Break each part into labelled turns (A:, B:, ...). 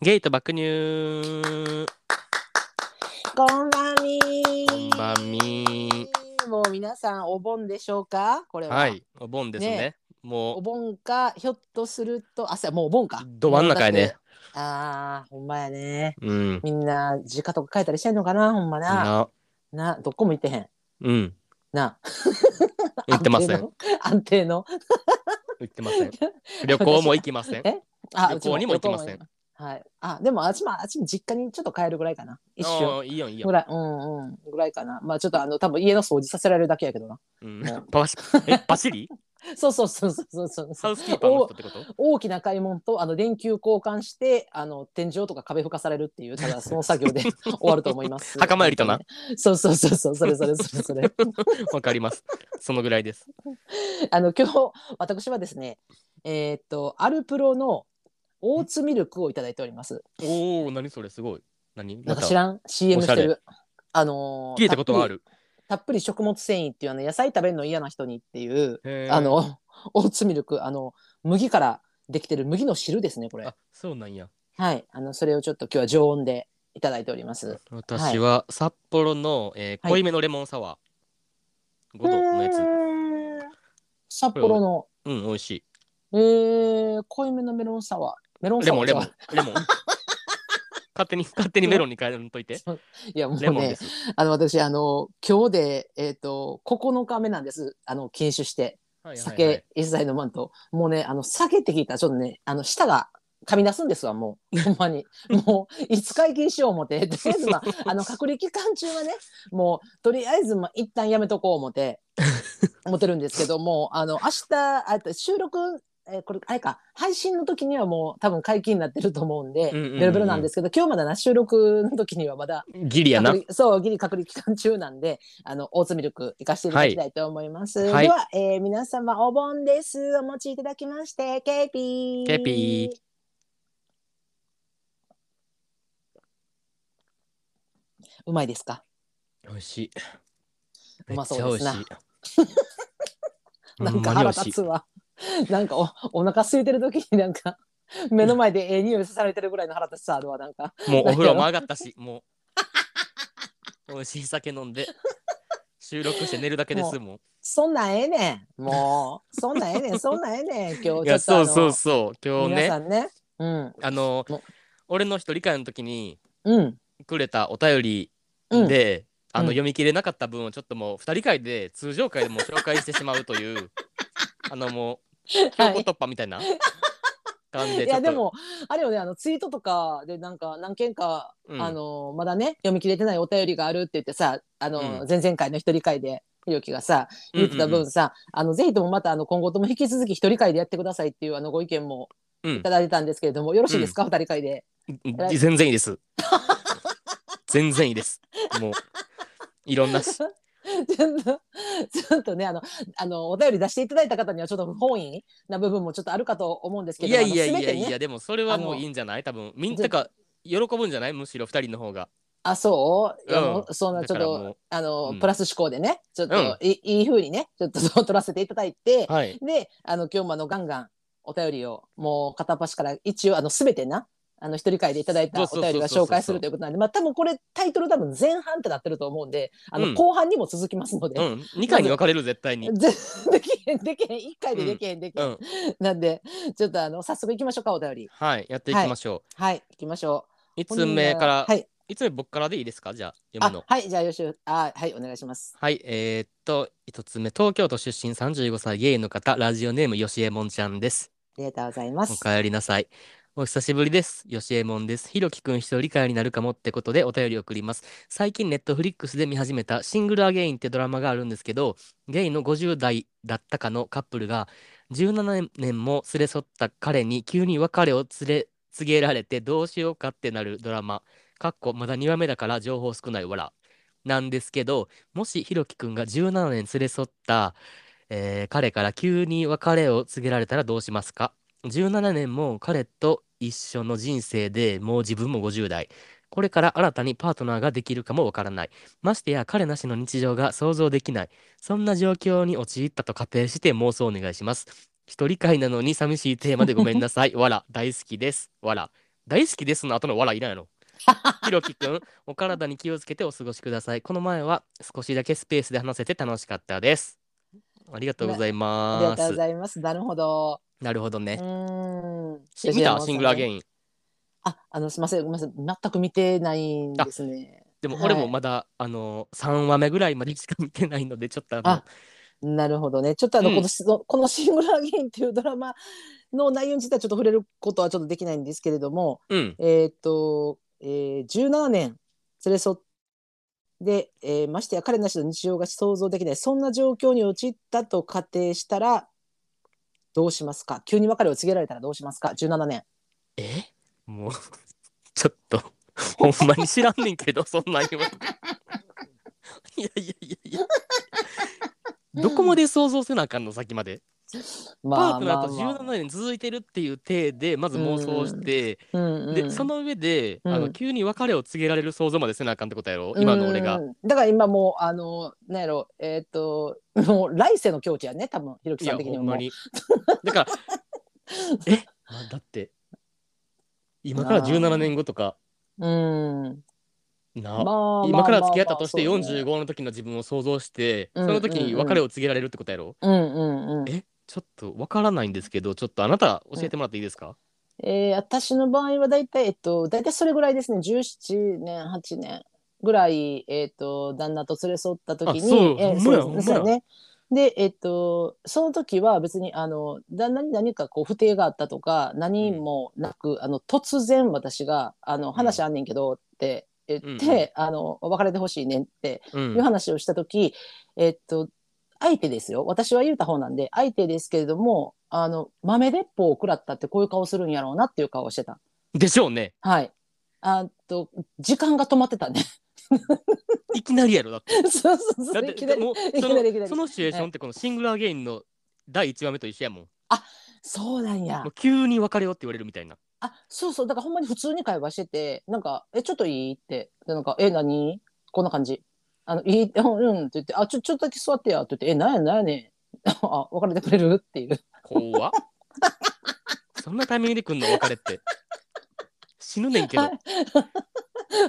A: ゲイと爆乳
B: こんばんみ
A: こんばんみ
B: もう皆さんお盆でしょうかこれは、
A: はい、お盆ですね。
B: ね
A: も
B: お
A: う
B: 盆かひょっとするとあそうやもうお盆か
A: ど真ん中やね。
B: あーほんまやね
A: うん。
B: みんな実家とか書いたりしてんのかなほんまな
A: な、
B: などこも行ってへん
A: うん、
B: な
A: 行ってません。
B: 安定の安定の
A: 行ってま せん。旅行も行きません。
B: えあ
A: 旅行にも行きません
B: うちも旅行も行きはいあでもあっちもあっちも実家にちょっと帰るぐらいかな一
A: あ
B: 瞬
A: ーいいよいい
B: ぐ
A: よ。
B: らいうんうんぐらいかなまあちょっとあの多分家の掃除させられるだけやけどな
A: うん
B: もう、
A: パシえパシ リ
B: そうそうそうそうそうそう
A: ハウスキーパーの人ってこと
B: 大きな買い物とあの電球交換してあの天井とか壁ふかされるっていうただその作業 で終わると思います
A: 墓参りとな
B: そうそうそうそうそれそれそれそれ
A: わかります。そのぐらいです。
B: あの今日私はですねえーっとアルプロのオーツミルクをいただいております
A: おお、何それすごい。何
B: な
A: ま
B: んか
A: た
B: 知らん CM して
A: おし
B: るあのー
A: 聞いたことはある。
B: たっぷりたっぷり食物繊維っていうあの野菜食べるの嫌な人にっていう
A: へー
B: あのオーツミルクあの麦からできてる麦の汁ですねこれ
A: あそうなんや。
B: はいあのそれをちょっと今日は常温でいただいております
A: 私は札幌の、えー
B: はい
A: 濃いめのレモンサワー5度のやつ。
B: つ。札幌の、
A: うん、美味しい。
B: えー、濃いめのメロンサワー。メロン
A: レ
B: サワ
A: モン、
B: ー
A: レモン、レ モン。勝手に、勝手にメロンに変えるのといて。
B: いやもう
A: レモンで
B: ね、
A: す。
B: あの私あの今日でえっ、と9日目なんです。あの禁酒して
A: はいはいはい
B: 酒一切飲まんと、もうねあの酒って聞いたらちょっとねあの舌が噛み出すんですわもうほん まにもういつ解禁しよう思ってとりあえずまああの隔離期間中はねもうとりあえずまあ一旦やめとこう思って 思ってるんですけどもうあの明日あと収録えーこれあれか配信の時にはもう多分解禁になってると思うんで
A: うんうんうん
B: ベロベロなんですけど今日まだな収録の時にはまだ
A: ギリやな
B: 隔。離そうギリ隔離期間中なんであのオーツミルクいかしていただきたいと思います、
A: はいはい
B: では、えー、皆様お盆ですお持ちいただきましてケーピー
A: ケーピー
B: うまいですか
A: 美味しい。
B: うまそうですな
A: めっちゃ美味しい。
B: なん
A: ほ
B: か
A: まに美
B: 腹
A: 味し
B: 立
A: い
B: つわなんかおお腹空いてる時になんか目の前でええ匂いさされてるぐらいの腹立ちさあるわなんか
A: もうお風呂も上がったし、もう。美味しい酒飲んで。収録して寝るだけですも
B: そんなんええねんもうそんなんええねんそんなんええねん今日ちょっ
A: ん。い
B: とあ
A: や、
B: の
A: そうそうそう。今日
B: 皆さ
A: ね、
B: んねうん
A: あの
B: もう、
A: 俺の一人会の時に
B: うん
A: くれたお便り
B: うん
A: で、あの
B: うん
A: 読み切れなかった分をちょっともう二人会で通常会でもう紹介してしまうと いうあのもう強行突破みたいな感じで
B: い
A: ちょ
B: や
A: っ
B: で
A: と、
B: もあれよねあのツイートとかでなんか何件か、
A: うん
B: あのまだね読み切れてないお便りがあるって言ってさあの、
A: うん
B: 前々回の一人会でひろきがさ
A: うんうん
B: 言ってた分さ、あのぜひともまたあの今後とも引き続き一人会でやってくださいっていうあのご意見も
A: うん
B: いただいたんですけれども、よろしいですか、二人会で。
A: うん全然いいです全然いいですもういろんな し
B: ちょっとちょっとねあのあのお便り出していただいた方にはちょっと不本意な部分もちょっとあるかと思うんですけ
A: い
B: ど
A: や
B: あの
A: いやい
B: せ
A: や
B: めて
A: い
B: ね
A: やでもそれはもう
B: あの
A: いいんじゃない多分みんなが喜ぶんじゃないむしろ二人の方が
B: あそう、いや
A: うん
B: もうそんなちょ
A: だか
B: っ
A: らもう
B: とあの、
A: うん
B: プラス思考でねちょっと、
A: うん
B: いいい風にねちょっとそう取らせていただいて、
A: はい
B: であの今日もあのガンガンお便りをもう片っ端から一応あの全てなあの一人会でいただいた
A: そうそう
B: お
A: そうそう
B: 便りが
A: そう
B: 紹介するということなんでまあ多分これタイトル多分前半ってなってると思うんであの、
A: うん
B: 後半にも続きますので。
A: うん2回に分かれる絶対に
B: ぜできへんできへん1回でできへんでき
A: う
B: へん、
A: ん
B: なんでちょっとあの早速いきましょうかお便り
A: はいやっていきましょ
B: はい行きましょ
A: う、いうつ目から、、
B: はいい
A: つ目僕からでいいですかじゃあ読
B: あ
A: むの
B: はいじゃあよしあはいお願いします
A: はい、えーっと、一つ目、東京都出身35歳ゲイの方、ラジオネーム、よしえもんちゃんです。
B: ありがとうございま
A: お
B: す
A: かえりなさい。お久しぶりです。よしえもんです。ひろきくん一人会になるかもってことでお便り送ります。最近ネットフリックスで見始めたシングルアゲインってドラマがあるんですけど、ゲイの50代だったかのカップルが17年も連れ添った彼に急に別れを連れ告げられてどうしようかってなるドラマ。かっこまだ2話目だから情報少ないわら。なんですけど、もしひろきくんが17年連れ添った、えー彼から急に別れを告げられたらどうしますか17年も彼と一緒の人生でもう自分も50代。これから新たにパートナーができるかもわからない。ましてや彼なしの日常が想像できない。そんな状況に陥ったと仮定して妄想お 願いします。一人会なのに寂しいテーマでごめんなさい。わら、大好きです。わら、大好きですの後の笑いいらん やろ。ひろきくん、お体に気をつけてお過ごしください。この前は少しだけスペースで話せて楽しかったです。ありがとうござい
B: ありが
A: ま
B: とうご
A: す。
B: ざいます。なるほど。
A: なるほど
B: う
A: ね。
B: ーん。
A: し見た
B: 吉右衛門さんね
A: シングルアゲイン。
B: あ、あの、すみません、ごめんなさい、全く見てないんですね。
A: でも
B: はい
A: 俺もまだ、あの3話目ぐらいまでしか見てないのでちょっとあの
B: あなるほどね。ちょっとあの、
A: うん
B: このしこのシングルアゲインっていうドラマの内容についてはちょっと触れることはちょっとできないんですけれども、
A: うん
B: えーっと、えー、17年連れ添って、えーましてや彼なしの日常が想像できない、そんな状況に陥ったと仮定したら、どうしますか急に別れを告げられたらどうしますか ?17 年。
A: えもう ちょっとほんまに知らんねんけ どそんなん言われていやいやいやいやどこまで想像せなあかんの先まで、パートナーと17年続いてるっていう体でまず妄想して、
B: うんうん
A: でその上で、あ
B: う
A: の
B: ん
A: 急に別れを告げられる想像までせなあかんってことやろ今の俺が
B: うん。だから今もう、あの、なんやろ、えーっと、もう来世の境地やね、多分、ひろき
A: い
B: さ
A: や
B: ん的に
A: ほ
B: も
A: ん
B: もう
A: ま。にだ からえあだって今から17年後とか
B: うん。
A: な
B: まあまあ。
A: 今から付き合ったとして
B: まあまあ
A: 45の時の自分を想像して、
B: うん
A: その時に別れを告げられるってことやろ、
B: うんうんうん。
A: えちょっとわからないんですけどちょっとあなた教えてもらっていいですか、
B: えー私の場合はだいたい、えっと、だいたいそれぐらいですね。17年、8年ぐらい、えっと、旦那と連れ添った時
A: あそう
B: に、えー
A: ほんまや
B: そうで
A: ほんま
B: す
A: や
B: そうね。で、えっと、その時は別に、あの、旦那に何かこう、不定があったとか、何もなく、あの、突然私が、あの、話あんねんけどって言って、あの、別れてほしいねんって
A: う、
B: いうん話をした時、えっと相手ですよ私は言うた方なんで相手ですけれどもあの豆鉄砲を食らったってこういう顔するんやろうなっていう顔をしてた
A: でしょうね
B: はいあと時間が止まって たね
A: いきなりやろだって
B: そうそう
A: だ
B: そ
A: っ
B: うい
A: て
B: きな
A: で
B: り
A: も
B: い
A: そ
B: きなりいきな
A: の
B: り
A: そのシチュエーションってこのシングルアゲインの第1話目と一緒やもん
B: そうなんや
A: もう急に別れよって言われるみたいな
B: あそうそうだからほんまに普通に会話しててなんか「えちょっといい?」ってでなんか「え何?」こんな感じ「あのいいうんうん」って言って「あちょちょっとだけ座ってや」って言って「えなんやなんやねん」 あ別れてくれるっていう
A: 怖っそんなタイミングで来んの別れって死ぬねんけど、
B: はい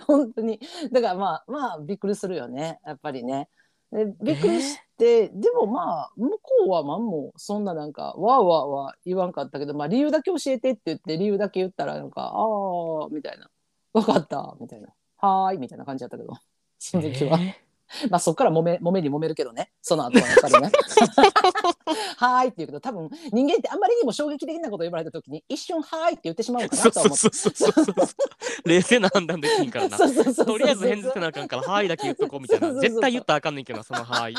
B: 本当にだからまあまあびっくりするよねやっぱりねでびっくりして、でもまあ向こうはまんもそんななんかわーわーは言わんかったけど、まあ、理由だけ教えてって言って理由だけ言ったらなんかああみたいなわかったみたいなはーいみたいな感じだったけど その時は、
A: えー
B: まあそっから揉め揉めに揉めるけどねその後はやっぱり ねはーいって言うけど多分人間ってあんまりにも衝撃的なこと言われた時に一瞬はーいって言ってしまうのか
A: そ
B: な
A: う
B: と
A: そ
B: は
A: う
B: 思って
A: そうそうそうそう冷静な判断できんからな
B: そうそうそうそう
A: とりあえず返事せなあかんから「はい」だけ言っとこうみたい
B: そ
A: な
B: うそうそう
A: 絶対言ったらあかんねんけどなその「はい」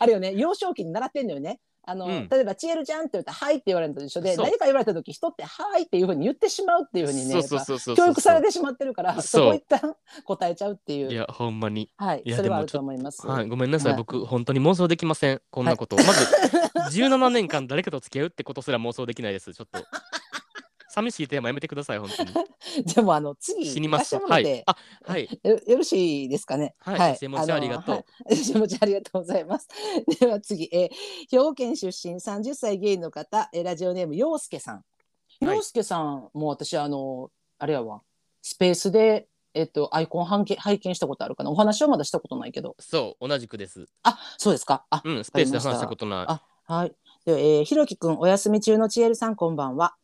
B: あれよね幼少期に習ってんのよね。あの
A: うん
B: 例えば「チエルちゃん」って言ったら「はい」って言われるのと一緒で
A: そう
B: 何か言われた時人って「はい」っていうふうに言ってしまうっていうふうにね
A: そうそうそうそう
B: やっぱ教育されてしまってるからそ
A: そう
B: こ一旦答えちゃうっていう
A: いやほんまに
B: はい
A: いや
B: それはあ
A: で
B: る
A: もち
B: と
A: ょっ
B: 思います。
A: はいごめんなさい
B: はい
A: 僕本当に妄想できませんこんなことまず17年間誰かと付き合うってことすら妄想できないですちょっと寂しいテーマやめてください本当に
B: じゃあもうあの次
A: 死にます
B: 行かせて
A: は
B: もらっ
A: い
B: て
A: あはい
B: よよろしいですかね。
A: はい吉右衛門さ
B: あ
A: ん
B: の
A: ありがとう
B: はい 吉本ちゃんありがとうございます。では次、えー兵庫県出身30歳ゲイの方、えーラジオネーム陽介さん。
A: はい
B: 陽介さんも私あのあれやわスペースでえっとアイコン拝見拝見したことあるかな。お話はまだしたことないけど。
A: そう同じくです
B: あそうですか。あ、
A: うんスペースで話したことない
B: あはい。ではえーひろきくん、お休み中のちえるさん、こんばんは。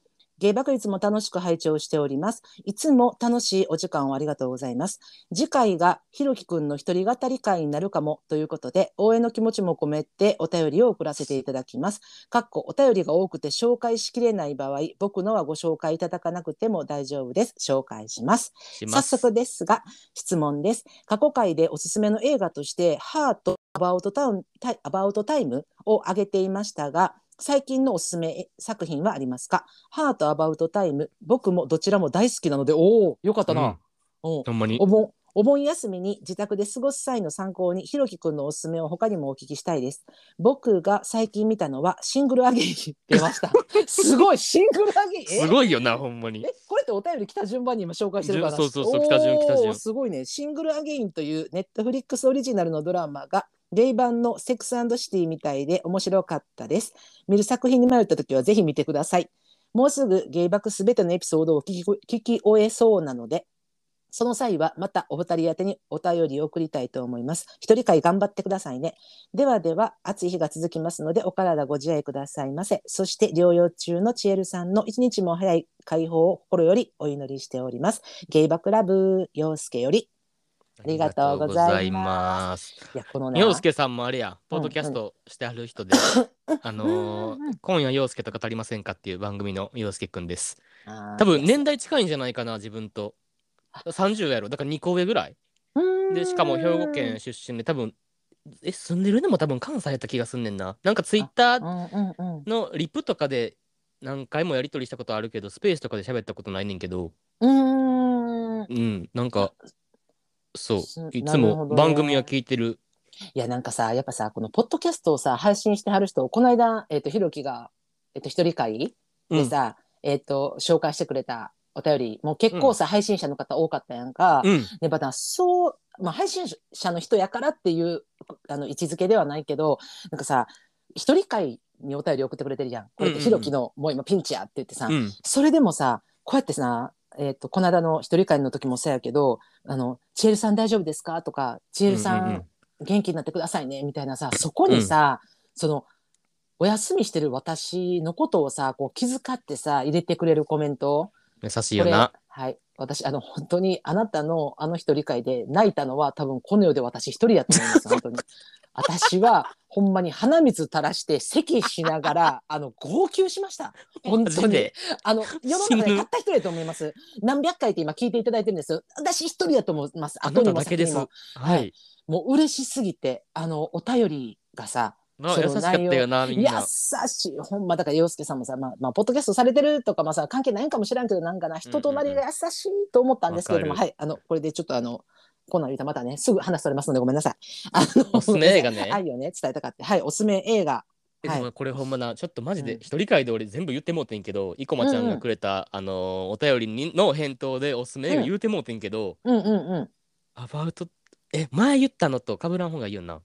B: 芸爆率も楽しく拝聴しております。いつも楽しいお時間をありがとうございます。次回がひろきくんの一人語り会になるかもということで、応援の気持ちも込めてお便りを送らせていただきます。かっこお便りが多くて紹介しきれない場合、僕のはご紹介いただかなくても大丈夫です。紹介します。
A: しま
B: 早
A: す
B: 速ですが質問です過去回でおすすめの映画として「ハートアバウトタウンタイアバウトタイム」を挙げていましたが最近のおすすめ作品はありますかハートアバウトタイム僕もどちらも大好きなのでおおよかった
A: う
B: な、
A: ん
B: おう
A: ほんまに
B: お盆お盆休みに自宅で過ごす際の参考にひろきくんのおすすめを他にもお聞きしたいです僕が最近見たのはシングルアゲイン出ました すごいシングルアゲインえ
A: すごいよなほんまに
B: えこれってお便り来た順番に今紹介してるから
A: じゅそうそうそう来た順来た順
B: すごいね「シングル・アゲイン」というネットフリックスオリジナルのドラマがゲイ版の「セックスシティ」みたいで面白かったです見る作品に迷った時はぜひ見てくださいもうすぐ芸爆すべてのエピソードを聞き聞き終えそうなので、その際はまたお二人宛てにお便りを送りたいと思います。一人会頑張ってくださいね。ではでは、暑い日が続きますので、お体ご自愛くださいませ。そして、療養中のチエルさんの一日も早い解放を心よりお祈りしております。ゲイバクラブ、陽介より。
A: あ
B: りがとうござい
A: ま。
B: ますいや、このね、
A: 洋介さんもあれや、ポッドキャス
B: う
A: トしてある人 で、あのー
B: うんうん
A: 今夜洋介と語りませんかっていう番組の洋介くんです。
B: あー
A: 多分年代近いんじゃないかな、自分と。30やろ、だから2個上ぐらい。で、しかも兵庫県、出身で、多分え、住んでるのも多分関西やった気がすんねんな。なんかツイッタ
B: う
A: ー
B: んうんうん
A: のリプとかで何回もやり取りしたことあるけど、スペースとかで喋ったことないねんけど、
B: うん、うーん
A: うん、なんか、そう、いつ
B: なる
A: も
B: ほどね
A: 番組は聞いてる。
B: いやなんかさやっぱさこのポッドキャストをさ配信してはる人をこの間、えっとひろきが、えっと一人会
A: う
B: で
A: ん
B: さ、えっと紹介してくれたお便りもう結構さ、配信者の方多かったやんか、
A: うん、
B: でまたそう、まあ、配信者の人やからっていうあの位置づけではないけどなんかさ一人会にお便り送ってくれてるやんこれってひろきの、もう今ピンチやって言ってさ、
A: うん、
B: それでもさ、こうやってさ、えっ、と、この間の一人会の時もそうやけど、あの、チエルさん大丈夫ですかとか、チエルさん、
A: うんうんうん
B: 元気になってくださいね、みたいなさ、そこにさ、その、お休みしてる私のことをさ、こう気遣ってさ、入れてくれるコメント。
A: 優しいよ
B: これ、
A: な。
B: はい。私、あの、本当に、あなたの、あの一人会で泣いたのは、多分この世で私一人やと思います、本当 に。私は、ほんまに鼻水垂らして、咳しながら、あの、号泣しました。本
A: マジ
B: 当に。
A: で
B: あの世の
A: 死ぬ
B: 中でたった一人だと思います。何百回って今聞いていただいてるんですよ。私一人だと思います。
A: あな
B: 後
A: た
B: にも
A: だけです。
B: 先に
A: は
B: も
A: い。
B: もう嬉しすぎて、あのお便りがさ、
A: な
B: そ
A: 優
B: の
A: しかったよな、みん
B: 優
A: な。
B: しい、ほんまだから洋介さんもさ、まあ、まあ、ポッドキャストされてるとか、まあさ、関係ないんかもしれんけど、なんかな、人となりが優しいと思ったんですけれども、
A: わか
B: はい、あの、これでちょっとあの、コーナー見たらまたね、すぐ話されますので、ごめんなさい。あの
A: おすすめ映画ね
B: 愛をね、伝えたかって、はい、おすすめ映画。
A: え
B: は
A: で
B: い
A: もこれほんまな、ちょっとマジ
B: う
A: で
B: ん
A: 一人会で俺全部言ってもうてんけど、生駒ちゃんがくれた、あのーお便りにの返答でおすすめ映画
B: うん
A: 言うてもうてんけど、
B: うんうんうん。
A: アバウト、え、前言ったのと被らん方がいいよな。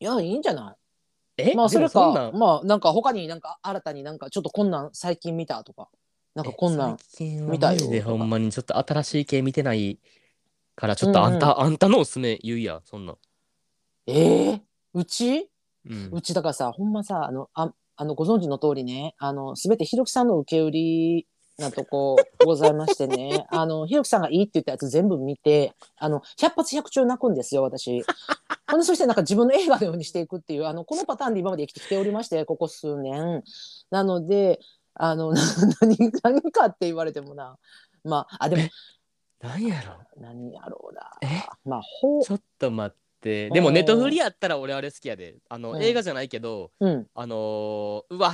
B: いや、いいんじゃない
A: え、
B: まあそ
A: で
B: れ
A: もんな
B: か
A: ん
B: まあなんか他になんか新たになんかちょっとこんなん最近見たとかなんかこんなん
A: え最近は
B: 見た
A: マ
B: よ
A: ジで
B: とか
A: ほんまにちょっと新しい系見てないから、ちょっと
B: うんう
A: あ
B: ん
A: んた、あんたのおすすめ言うや、そんなん。
B: ええうち
A: うん
B: うちだからさほんまさあのああのご存知の通りねあの全てひろきさんの受け売りなと こございましてねあのひろきさんがいいって言ったやつ全部見てあの百発百中泣くんですよ 私。ほんでそしてなんか自分の映画のようにしていくっていうあのこのパターンで今まで生きてきておりましてここ数年。なのであのな 何何かって言われてもなまああでも
A: なんやろ。
B: 何やろうな。
A: え
B: まあ、ほう
A: ち。ょっと待って。でも
B: うん
A: ネットフリやったら俺あれ好きやで。あの、
B: うん
A: 映画じゃないけど、
B: うん。
A: あのー、う わ。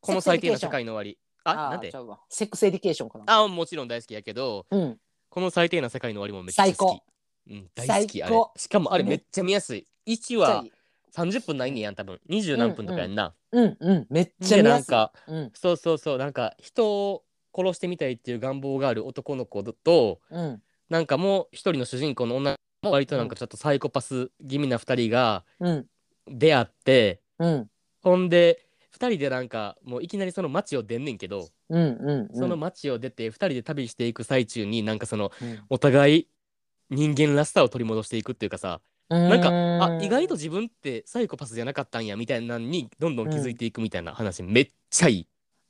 A: この最低な社会の終わり。あ、なんで
B: ちゃうわセックスエディケーションかな。
A: あ、もちろん大好きやけど、
B: うん。
A: この最低な世界の終わりもめっちゃ好き。
B: 最高
A: うん、大好き
B: 最
A: あれ
B: 高。
A: しかもあれめっちゃ見やすい。1話
B: めっち
A: 30分ないねやん、多分二20何分とかやんな。
B: ゃいいうんうん。めっちゃ
A: で、
B: 見
A: な
B: や
A: ん
B: すい。
A: か、
B: うん
A: そうそうそう、なんか人を殺してみたいっていう願望がある男の子と、
B: うん
A: なんかもう一人の主人公の女の子割となんかちょっとサイコパス気味な2人が
B: うん
A: 出会って、
B: うん
A: ほんで、2人でなんかもういきなりその街を出んねんけど、
B: うんうん。
A: その街を出て2人で旅していく最中になんかその
B: うん、
A: お互い人間らしさを取り戻していくっていうかさなんかあ意外と
B: うん
A: 自分ってサイコパスじゃなかったんやみたいなのにどんどん気づいていくみたいな話めっちゃいい。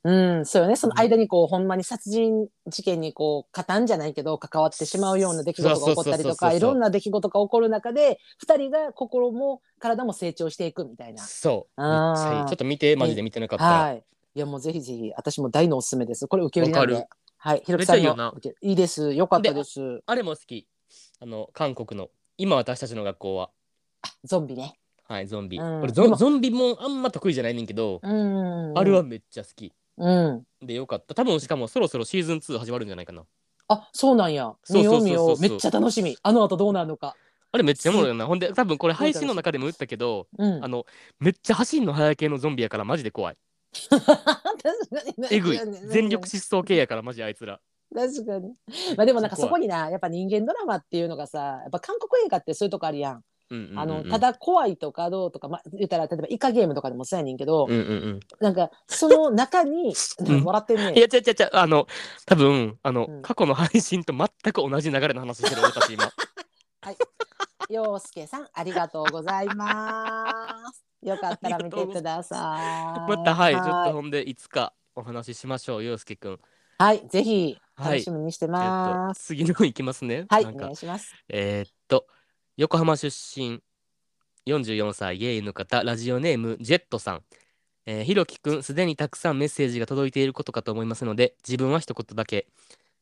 B: うんそうよねその間にこうほんまに殺人事件にこう加担じゃないけど関わってしまうような出来事が起こ
A: そ
B: ったりと
A: うそうそうそう
B: か
A: そう
B: いろんな出来事が起こる中で二人が心も体も成長していくみたいな
A: そうめっ
B: あー
A: ちゃいいちょっと見てマジで見てなかったら
B: はい。いやもうぜひぜひ私も大のおすすめです。これ受け売りなん
A: わか
B: で。はい。ひろ
A: めっ
B: き
A: ちゃ
B: さ
A: いい
B: ん
A: よな
B: の受けいいです。よかったです。
A: あれも好きあの韓国の今私たちの学校は
B: ゾンビね。
A: はいゾンビ、
B: うん
A: 俺ゾン
B: でも
A: ゾンビもあんま得意じゃないねんけど、
B: うん。
A: あれは。めっちゃ好き
B: うん。
A: でよかった多分しかもそろそろシーズン2始まるんじゃないかな
B: あ、そうなんや。
A: そう
B: 見
A: そ
B: よ
A: うそうそう
B: う見よう。めっちゃ楽しみ。あの後どうなるのか。
A: あれめっちゃおもろいよなほんで多分これ配信の中でも言ったけど
B: うん
A: あ。のめっちゃ走んの早い系のゾンビやからマジで怖い。えぐい。全力疾走系やからマジあいつら。
B: 確かに。まあでもなんか
A: そ
B: そ
A: こは
B: こにな、やっぱ人間ドラマっていうのがさ、やっぱ韓国映画ってそういうとこあるやん。
A: うん
B: あ
A: う
B: の、
A: んうん
B: ただ怖いとかどうとか、まあ、言ったら、例えばイカゲームとかでもそうやねんけど、
A: うんうんうん。
B: なんか、その中に、
A: うん
B: もらってんねん
A: いや、違う違う違う、あの、多分、あの、
B: うん
A: 過去の配信と全く同じ流れの話してる、私今。
B: 洋介さん、ありがとうございます。よかったら見てください。
A: また、はい、ちょっと
B: は
A: ほんで、いつかお話ししましょう、洋介くん。
B: いはい、ぜひ、
A: は
B: 楽
A: い。
B: しみにして
A: えっ
B: ま
A: と、
B: す。
A: 次のいきますね。
B: はい、
A: な
B: お
A: んか
B: 願いします。
A: えーっと、横浜出身、44歳ゲイの方、ラジオネーム、ジェットさん。えー、ひろきくん、すでにたくさんメッセージが届いていることかと思いますので、自分は一言だけ。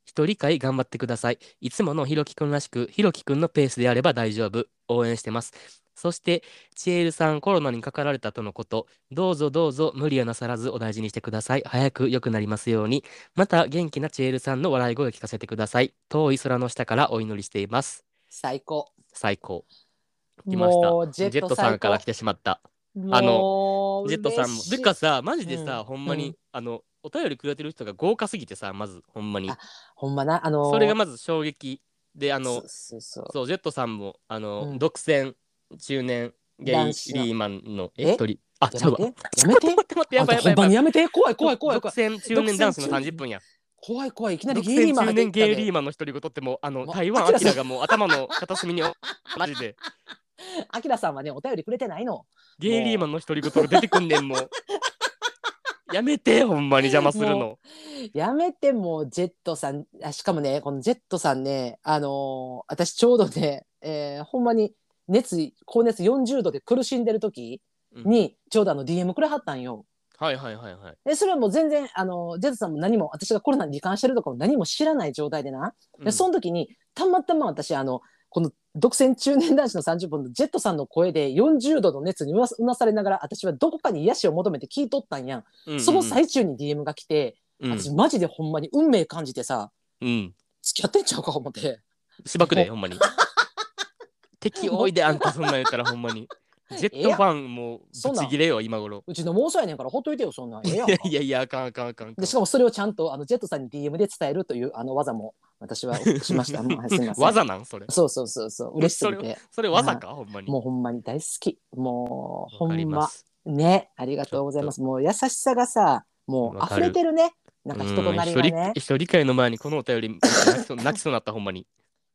A: 一人会頑張ってください。いつものひろきくんらしく、ひろきくんのペースであれば大丈夫。応援してます。そして、ちえるさん、コロナにかかられたとのこと、どうぞどうぞ無理をなさらずお大事にしてください。早く良くなりますように。また、元気なちえるさんの笑い声を聞かせてください。遠い空の下からお祈りしています。
B: 最高。
A: 最高。来ました。
B: もう、ジ
A: ジェッ
B: ェット
A: ト
B: さ
A: さん
B: んか
A: からら
B: 来
A: 来てしまった。
B: た。
A: あの
B: の
A: ジェットさんも。てかさ、マジでさ、
B: うん
A: ほんまに、
B: うん
A: あの、お便りくれてる人が豪華すぎてさ、まず、ほんまに
B: あ。ほんまな、あのー
A: それがまず衝撃で、あの
B: そ、そうそう
A: そう、ジェットさんも、あの、
B: うん
A: 独占、中年、ゲイ、リ
B: 男子の
A: ーマンの
B: え
A: 一人。あ、ちゃ
B: や
A: う
B: め
A: わ。
B: て。や
A: ちょ
B: め
A: っと
B: て
A: 待。って待って、やばいやばいや
B: あんたほん
A: ば
B: まに
A: い。
B: やめて。怖い怖い怖い
A: 独
B: 怖い。
A: 占中年男子の
B: 独占中
A: 30分や。
B: 怖い怖い。いきなり
A: 独
B: ゲイ
A: 占
B: リーマン
A: 中
B: が出
A: 年ゲ
B: てきた
A: イリ
B: で
A: ー。マンの一人ごとってもう、あの、
B: もう
A: 台湾
B: 明ら
A: 明
B: かに
A: がもう頭の片隅に、 マジで。
B: あきらさんはね、お便りくれてないの。
A: ゲイリーマンの独り言が出てくんねんもうやめてほんまに邪魔するの
B: もやめてもうジェットさんあしかもねこのジェットさんねあのー私ちょうどね、えーほんまに熱高熱40度で苦しんでる時に、ちょうどあの DM くれはったんよ。
A: はいはいはいはい
B: でそれはもう全然あのジェットさんも何も私がコロナに罹患してるとかも何も知らない状態でな、
A: うん
B: でその時にたまたま私あのこの独占中年男子の30分のジェットさんの声で40度の熱にうなうなされながら私はどこかに癒しを求めて聞いとったんやん、
A: うんうん
B: その最中に DM が来て、
A: うん
B: 私マジでほんまに運命感じてさ
A: うん
B: 付き合ってんちゃうか 思って
A: しばくで
B: も
A: ほんまに敵多いであ んたそんなん言ったらほんまにジェットファンもう
B: そん
A: ぶ
B: なん
A: ち切れよ今頃
B: うちの妄想やねんからほっといてよそんなんええや
A: い
B: ん
A: やいやいやあかんあかんあかんあかん
B: でしかもそれをちゃんとあのジェットさんに DM で伝えるというあの技も私はし ましたもうはいすみません
A: 技なんそれ
B: そうそうそうそう嬉しすぎて
A: それ技かほんまに
B: もうほんまに大好きもうほ
A: わかり
B: ん
A: ま
B: ますねありがとうございますもう優しさがさもう
A: わか
B: 溢
A: る
B: れてるねなんか人となりが
A: うん
B: ね
A: 一人一人会の前にこのお便り 見て泣きそう泣きそうになったほんまに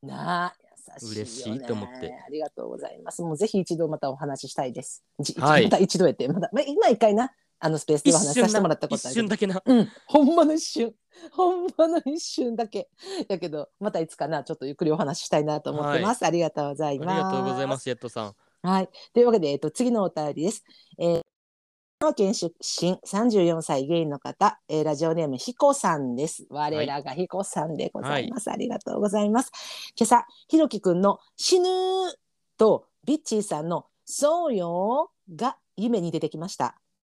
B: なあ優しいよ、ね、
A: 嬉しいと思って
B: ありがとうございますもうぜひ一度またお話ししたいです、じ
A: はい
B: また一度やってまだ、まあ、今一回なあのスペースでお話しさせてもらったこ
A: 一
B: とあるけ
A: 瞬
B: ど
A: だけな
B: うんほんまの一瞬ほんまの一瞬だけやけどまたいつかなちょっとゆっくりお話ししたいなと思ってます、ありがとうござい
A: あり
B: ます
A: がとうございますジェットさん
B: はい。というわけで、えっと、次のお便りです。えー、沖縄県出身34歳ゲイの方、えーラジオネームひこさんです。我らがひこさんでございます。ありがとうございます。今朝、ひろきくんの死ぬとビッチーさんのそうよが夢に出てきました。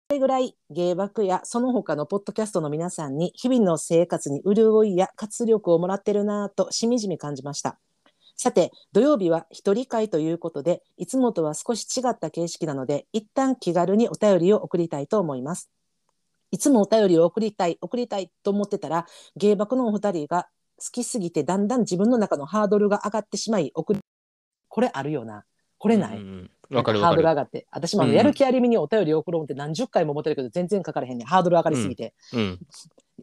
B: それぐらい芸爆やその他のポッドキャストの皆さんに日々の生活に潤いや活力をもらってるなぁとしみじみ感じました。さて、土曜日は一人会ということで、いつもとは少し違った形式なので、一旦気軽にお便りを送りたいと思います。いつもお便りを送りたい、送りたいと思ってたら、芸爆のお二人が好きすぎて、だんだん自分の中のハードルが上がってしまい、送り、これあるよな。これない、
A: うんうんわかる
B: ハ
A: わか
B: ードル
A: る
B: 上がって。私もあの
A: うん
B: やる気ありみにお便り送ろうって何十回も思ってるけど、全然書かれへんねん。ハードル上がりすぎて。
A: うん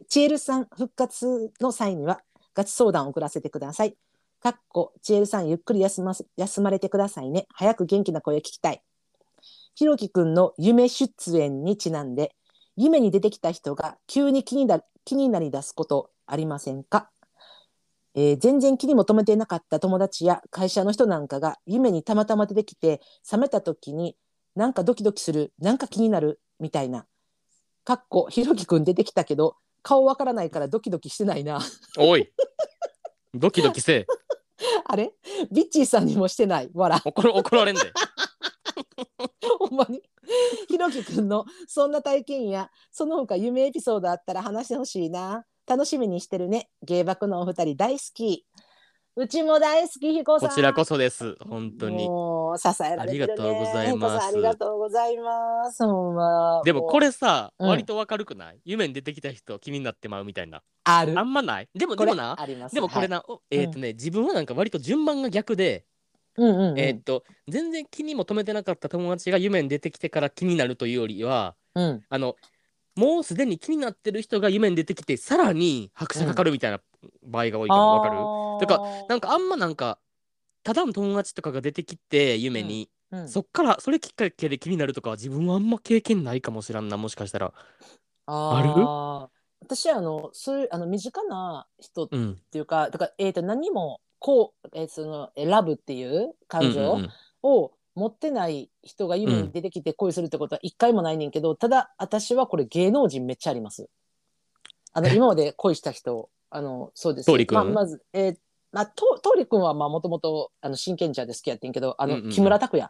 B: チエルさん復活の際にはガチ相談を送らせてください。かっこチエルさんゆっくり休ませ休まれてくださいね。早く元気な声聞きたい。ひろきくんの夢出演にちなんで夢に出てきた人が急に気にな気になり出すことありませんか、えー全然気にも留めてなかった友達や会社の人なんかが夢にたまたま出てきて覚めた時になんかドキドキするなんか気になるみたいな。かっこひろきくん出てきたけど顔わからないからドキドキしてないな
A: おいドキドキせえ
B: あれビッチーさんにもしてないわら
A: 怒ら怒られん で
B: ほんまにひろきくんのそんな体験やその他夢エピソードあったら話してほしいな楽しみにしてるね芸爆のお二人大好きうちも大好きひこさ
A: こ
B: ん
A: ちらこそです本当に
B: もう支えられて
A: ありが
B: るね
A: とうございます
B: ひこさんありがとうございますほんま
A: でもこ
B: れ
A: れさ
B: うん
A: 割とわかるくない、夢に出てきた人気になってまうみたいな
B: ある
A: あんまないでもで
B: これ
A: もな
B: あります
A: でもこれ
B: はい
A: な、おえっ、とね、自分はなんか割と順番が逆で
B: うんうんうん
A: えーっと、全然気にも留めてなかった友達が夢に出てきてから気になるというよりは、
B: うん
A: あの、もうすでに気になってる人が夢に出てきて、さらに拍車かかるみたいな場合が多いと思う。わかる
B: あー
A: てかなんかあんまなんか、ただの友達とかが出てきて、夢に、
B: うん
A: そっから、それきっかけで気になるとかは自分はあんま経験ないかもしらんな、もしかしたら。
B: ある私はあのそういうあの身近な人っ
A: うん。
B: ていうかだから、えー、と何もこう、えーそのえーラブっていう感
A: うんうん
B: 情
A: うん
B: を持ってない人が夢に出てきて恋するってことは一回もないねんけど、ただ私はこれ芸能人めっちゃあります。あの
A: え
B: 今まで恋した人あのそうです
A: 桃李君
B: まあ、まず、えーまあ、と桃李君はもともと真剣者で好きやってんけどあの、
A: うんうんうん
B: 木村拓哉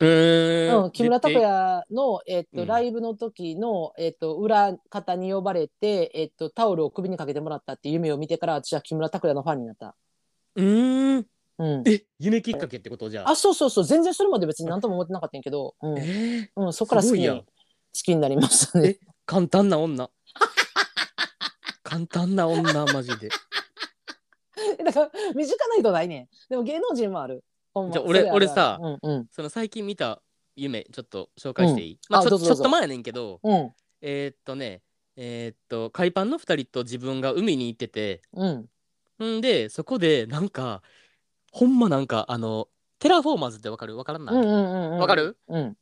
A: うー
B: うんん、木村拓
A: で
B: 哉の、えっと
A: うん
B: ライブの時の、えっと裏方に呼ばれて、えっとタオルを首にかけてもらったっていう夢を見てから私は木村拓哉のファンになった。
A: うーん。
B: うん、
A: え、夢きっかけってことじゃあ
B: あ。そうそうそう全然それまで別に何とも思ってなかったんやけど、う
A: え
B: ん
A: ー
B: うん、そこから
A: す
B: 好
A: ご
B: き
A: い
B: に
A: やん
B: 好きになりましたね。
A: 簡単な女。 簡単な女、マジで。
B: だから身近な人ないねんでも芸能人もある。ほんま
A: じゃあ俺
B: それる
A: 俺さ
B: うんうん
A: その最近見た夢、ちょっと紹介していい、
B: うん
A: まあ
B: あ
A: ちょ
B: どうぞ
A: ちょ
B: どう
A: っ
B: ぞ
A: と前やねんけど、
B: うん
A: えーっとね、えーっと、海パンの2人と自分が海に行ってて、
B: うん
A: んで、そこで、なんか、ほんまなんか、あの、テラフォーマーズってわかるわからんな
B: うん
A: いわ、
B: うんうん
A: かる
B: うん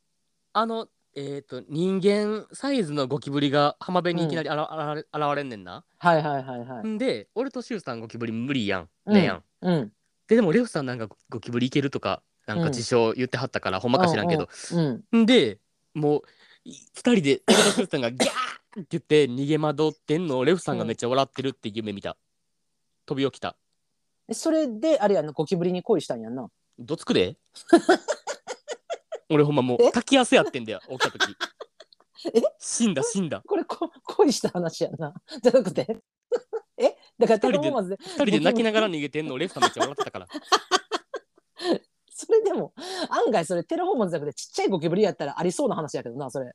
A: あの、えーっと、人間サイズのゴキブリが浜辺にいきなりあら、あら現れんねんな。
B: はいはいはいはい。
A: んで、俺とシュウさんゴキブリ無理やん。
B: うん
A: ねえやん。
B: うん
A: で、でもレフさんなんかゴキブリいけるとか、なんか自称言ってはったから、ほんまか知らんけど。
B: うん
A: んで、もう、い二人で、俺とシュウさんがギャーって言って逃げ惑ってんのをレフさんがめっちゃ笑ってるって夢見た。飛び起きた。
B: えそれであれやんなゴキブリに恋したんやんな。
A: どつく で俺ほんまもう
B: え
A: 滝汗やってんだよ起きた時
B: え
A: 死んだ死んだ
B: これこ恋した話やんな。 じゃなくて。えだか
A: 人
B: らテ
A: で
B: ラフォーマーズで
A: 二人で泣きながら逃げてんのレフさんめっちゃ笑ってたから
B: それでも案外それテラフォーマーズじゃなくてちっちゃいゴキブリやったらありそうな話やけどなそれ。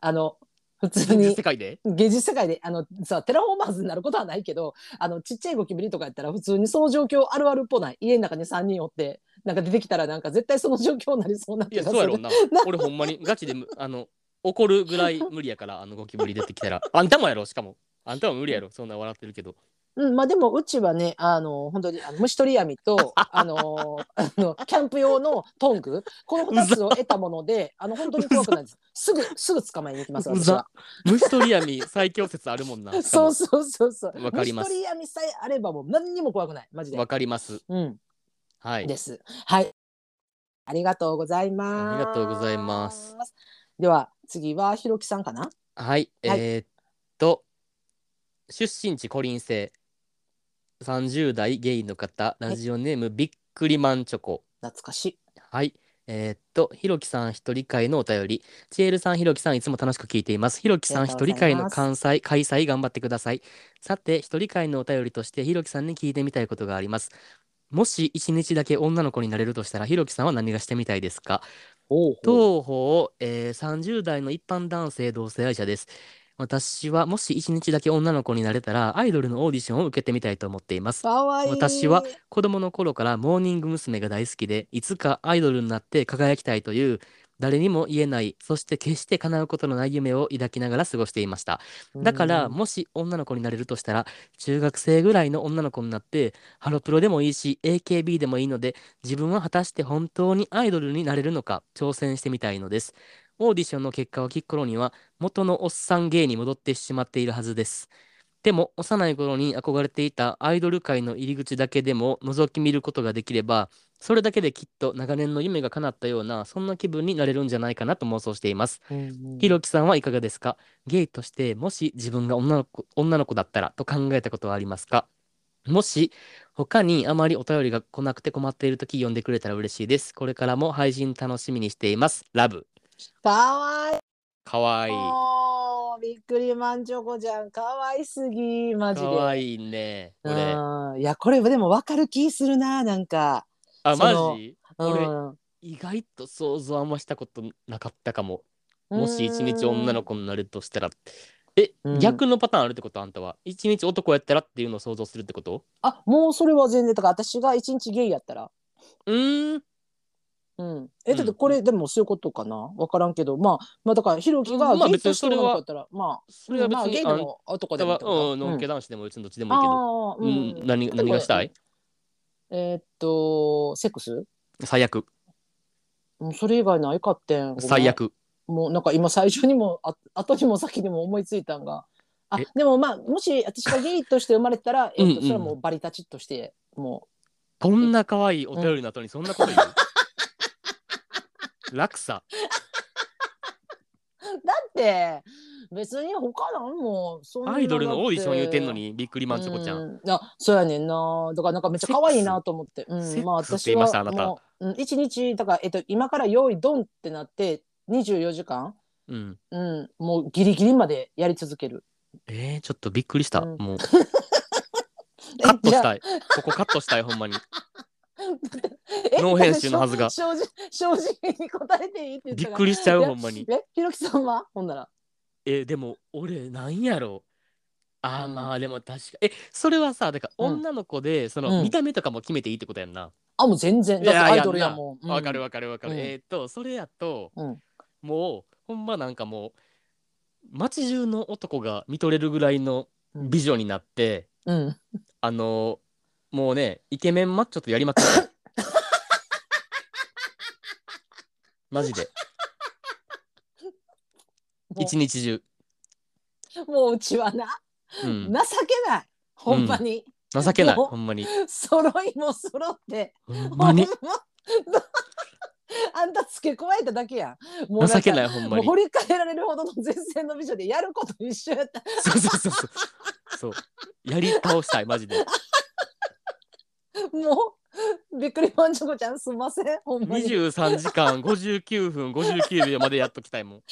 B: あの 普通
A: 現実
B: に
A: 世界で
B: 芸術世界であのさテラフォーマーズになることはないけどあのちっちゃいゴキブリとかやったら普通にその状況あるあるっぽない家の中に3人おってなんか出てきたらなんか絶対その状況になりそうない気
A: や
B: がす
A: そう
B: る
A: やろうな俺ほんまにガチでむあの怒るぐらい無理やからあのゴキブリ出てきたらあんたもやろしかもあんたも無理やろそんな笑ってるけど
B: うん、まあでもうちはね、あの、本当にあの虫取り 網と、あの、あの、キャンプ用のトング、この二つを得たもので、あの、本当に怖くないです。すぐ、すぐ捕まえに行きます、
A: う
B: 私
A: ざ
B: は。
A: 虫取り網最強説あるもんなしか
B: そ
A: も
B: うそうそうそう。
A: わかります
B: 虫取り網さえあればもう何にも怖くない、マジで
A: わ。かります
B: うん、
A: はい
B: です。はい。ありがとうございます。
A: ありがとうございます。
B: では、次はひろきさんかな
A: はい、
B: はい
A: えーっと出身地コリン星30代ゲイの方ラジオネームビックリマンチョコ
B: 懐かしい。
A: はいえーっとひろきさん一人会のお便りちえるさんひろきさんいつも楽しく聞いていますひろきさ
B: あ
A: ん
B: りが
A: 一
B: とう
A: 人
B: ござ
A: 会
B: い
A: の
B: ます
A: 関西開催頑張ってくださいさて一人会のお便りとしてひろきさんに聞いてみたいことがありますもし一日だけ女の子になれるとしたらひろきさんは何がしてみたいですか
B: おうう。
A: 当方、えー30代の一般男性同性愛者です。私はもし一日だけ女の子になれたらアイドルのオーディションを受けてみたいと思っています。
B: かわいい。
A: 私は子供の頃からモーニング娘。が大好きでいつかアイドルになって輝きたいという誰にも言えないそして決して叶うことのない夢を抱きながら過ごしていました。だから
B: うん
A: もし女の子になれるとしたら中学生ぐらいの女の子になってハロプロでもいいし AKB でもいいので自分は果たして本当にアイドルになれるのか挑戦してみたいのですオーディションの結果を聞く頃には元のおっさん芸に戻ってしまっているはずですでも幼い頃に憧れていたアイドル界の入り口だけでも覗き見ることができればそれだけできっと長年の夢が叶ったようなそんな気分になれるんじゃないかなと妄想しています
B: うんうん
A: ひろきさんはいかがですかゲイとしてもし自分が女の子女の子だったらと考えたことはありますかもし他にあまりお便りが来なくて困っている時読んでくれたら嬉しいです。これからも配信楽しみにしています。ラブ。
B: かわいい。
A: かわいい。
B: おーびっくりマンチョコちゃんかわいすぎマジ
A: か
B: で。
A: わいいね。これ。
B: うんいやこれでも分かる気するななんか。
A: あ、
B: そ
A: マ
B: の
A: ジ
B: うん
A: 意外と想像あんましたことなかったかも。もし一日女の子になるとしたら。え、
B: うん
A: 逆のパターンあるってことあんたは。一日男やったらっていうのを想像するってこと
B: あもうそれは全然だから私が一日ゲイやったら
A: うーん。
B: うん、え
A: うん
B: だってこれ、でもそういうことかな分からんけど、まあ、まあだからひろきが
A: うんまあ
B: ゲイ
A: 別
B: と
A: に
B: して
A: それ
B: 女
A: は
B: の子だったらま
A: そ
B: あ、
A: れは別
B: まあゲイ
A: に、
B: で
A: あの、
B: も男
A: だ
B: でもってこと
A: うん、のんけ男子でも別にどっちで
B: うん
A: もいいけど。
B: あー
A: う、
B: うん
A: 何、何がしたい
B: えーっとセックス
A: 最悪。
B: もうそれ以外ないかってんごめん
A: 最悪。
B: もうなんか今最初にもあ後にも先にも思いついたんがあ
A: え
B: でもまあもし私がゲイとして生まれてたら、えー
A: うん
B: っ
A: う
B: と
A: ん
B: それはもうバリタチとしても
A: こんな可愛いお便りの後にそんなこと言う 落差。
B: うだって別に他なんもそんな
A: アイドルのオーディション言うてんの
B: に
A: に、ビックリマンチョコちゃ。
B: うんん。あ、そうやねんな。だからなんかめっちゃ可愛いなと思って。う
A: セック
B: ん、
A: ス
B: まあ
A: セックスっ
B: 私
A: て言いました
B: は
A: あなた
B: もう、うん、一日だからえっと今から用意ドンってなって24時間、
A: うん。
B: うん、もうギリギリまでやり続ける。
A: えー、ちょっとびっくりした。
B: うん
A: もう、
B: え
A: カットし
B: じゃあ
A: たい。ここカットしたい、ほんまに。
B: え
A: ノー編集のはずが
B: 正直正直に答えていい って言った
A: びっ
B: から
A: くりしちゃう、
B: いや
A: ほんまに。
B: え、ひろきさんは ほんなら。
A: えーでも、俺、なんやろう。あー
B: うん
A: まあでも確かえそれはさだから
B: うん
A: 女の子でその
B: うん
A: 見た目とかも決めていいってことやんな
B: あ、もう全然。だって
A: いやいや
B: アイドルやもん。
A: わ、か
B: う
A: る
B: ん
A: わかるわかる、
B: うん
A: えーっとそれやと、
B: うん
A: もうほんまなんかもう街中の男が見とれるぐらいの美女になって、
B: うん。
A: あのもうねイケメンマッチョとやりまくった マジで
B: もう
A: 一日中、
B: もううちはな、
A: うん
B: 情けない。ほんまに。
A: 情けない
B: もう
A: ほんま に
B: 揃いも揃って。
A: ほんま
B: ほんま
A: に
B: あんた付け加えただけやん。もう
A: 情け
B: い。
A: ないほんま
B: もう
A: に
B: 掘り返られるほどの前線の美女でやること一緒やった。
A: そうそうそうそうそうやり倒したいマジで
B: もう、びっくりマンチョコちゃんすんません。ほんまに。
A: 23時間59分59秒までやっときたいもん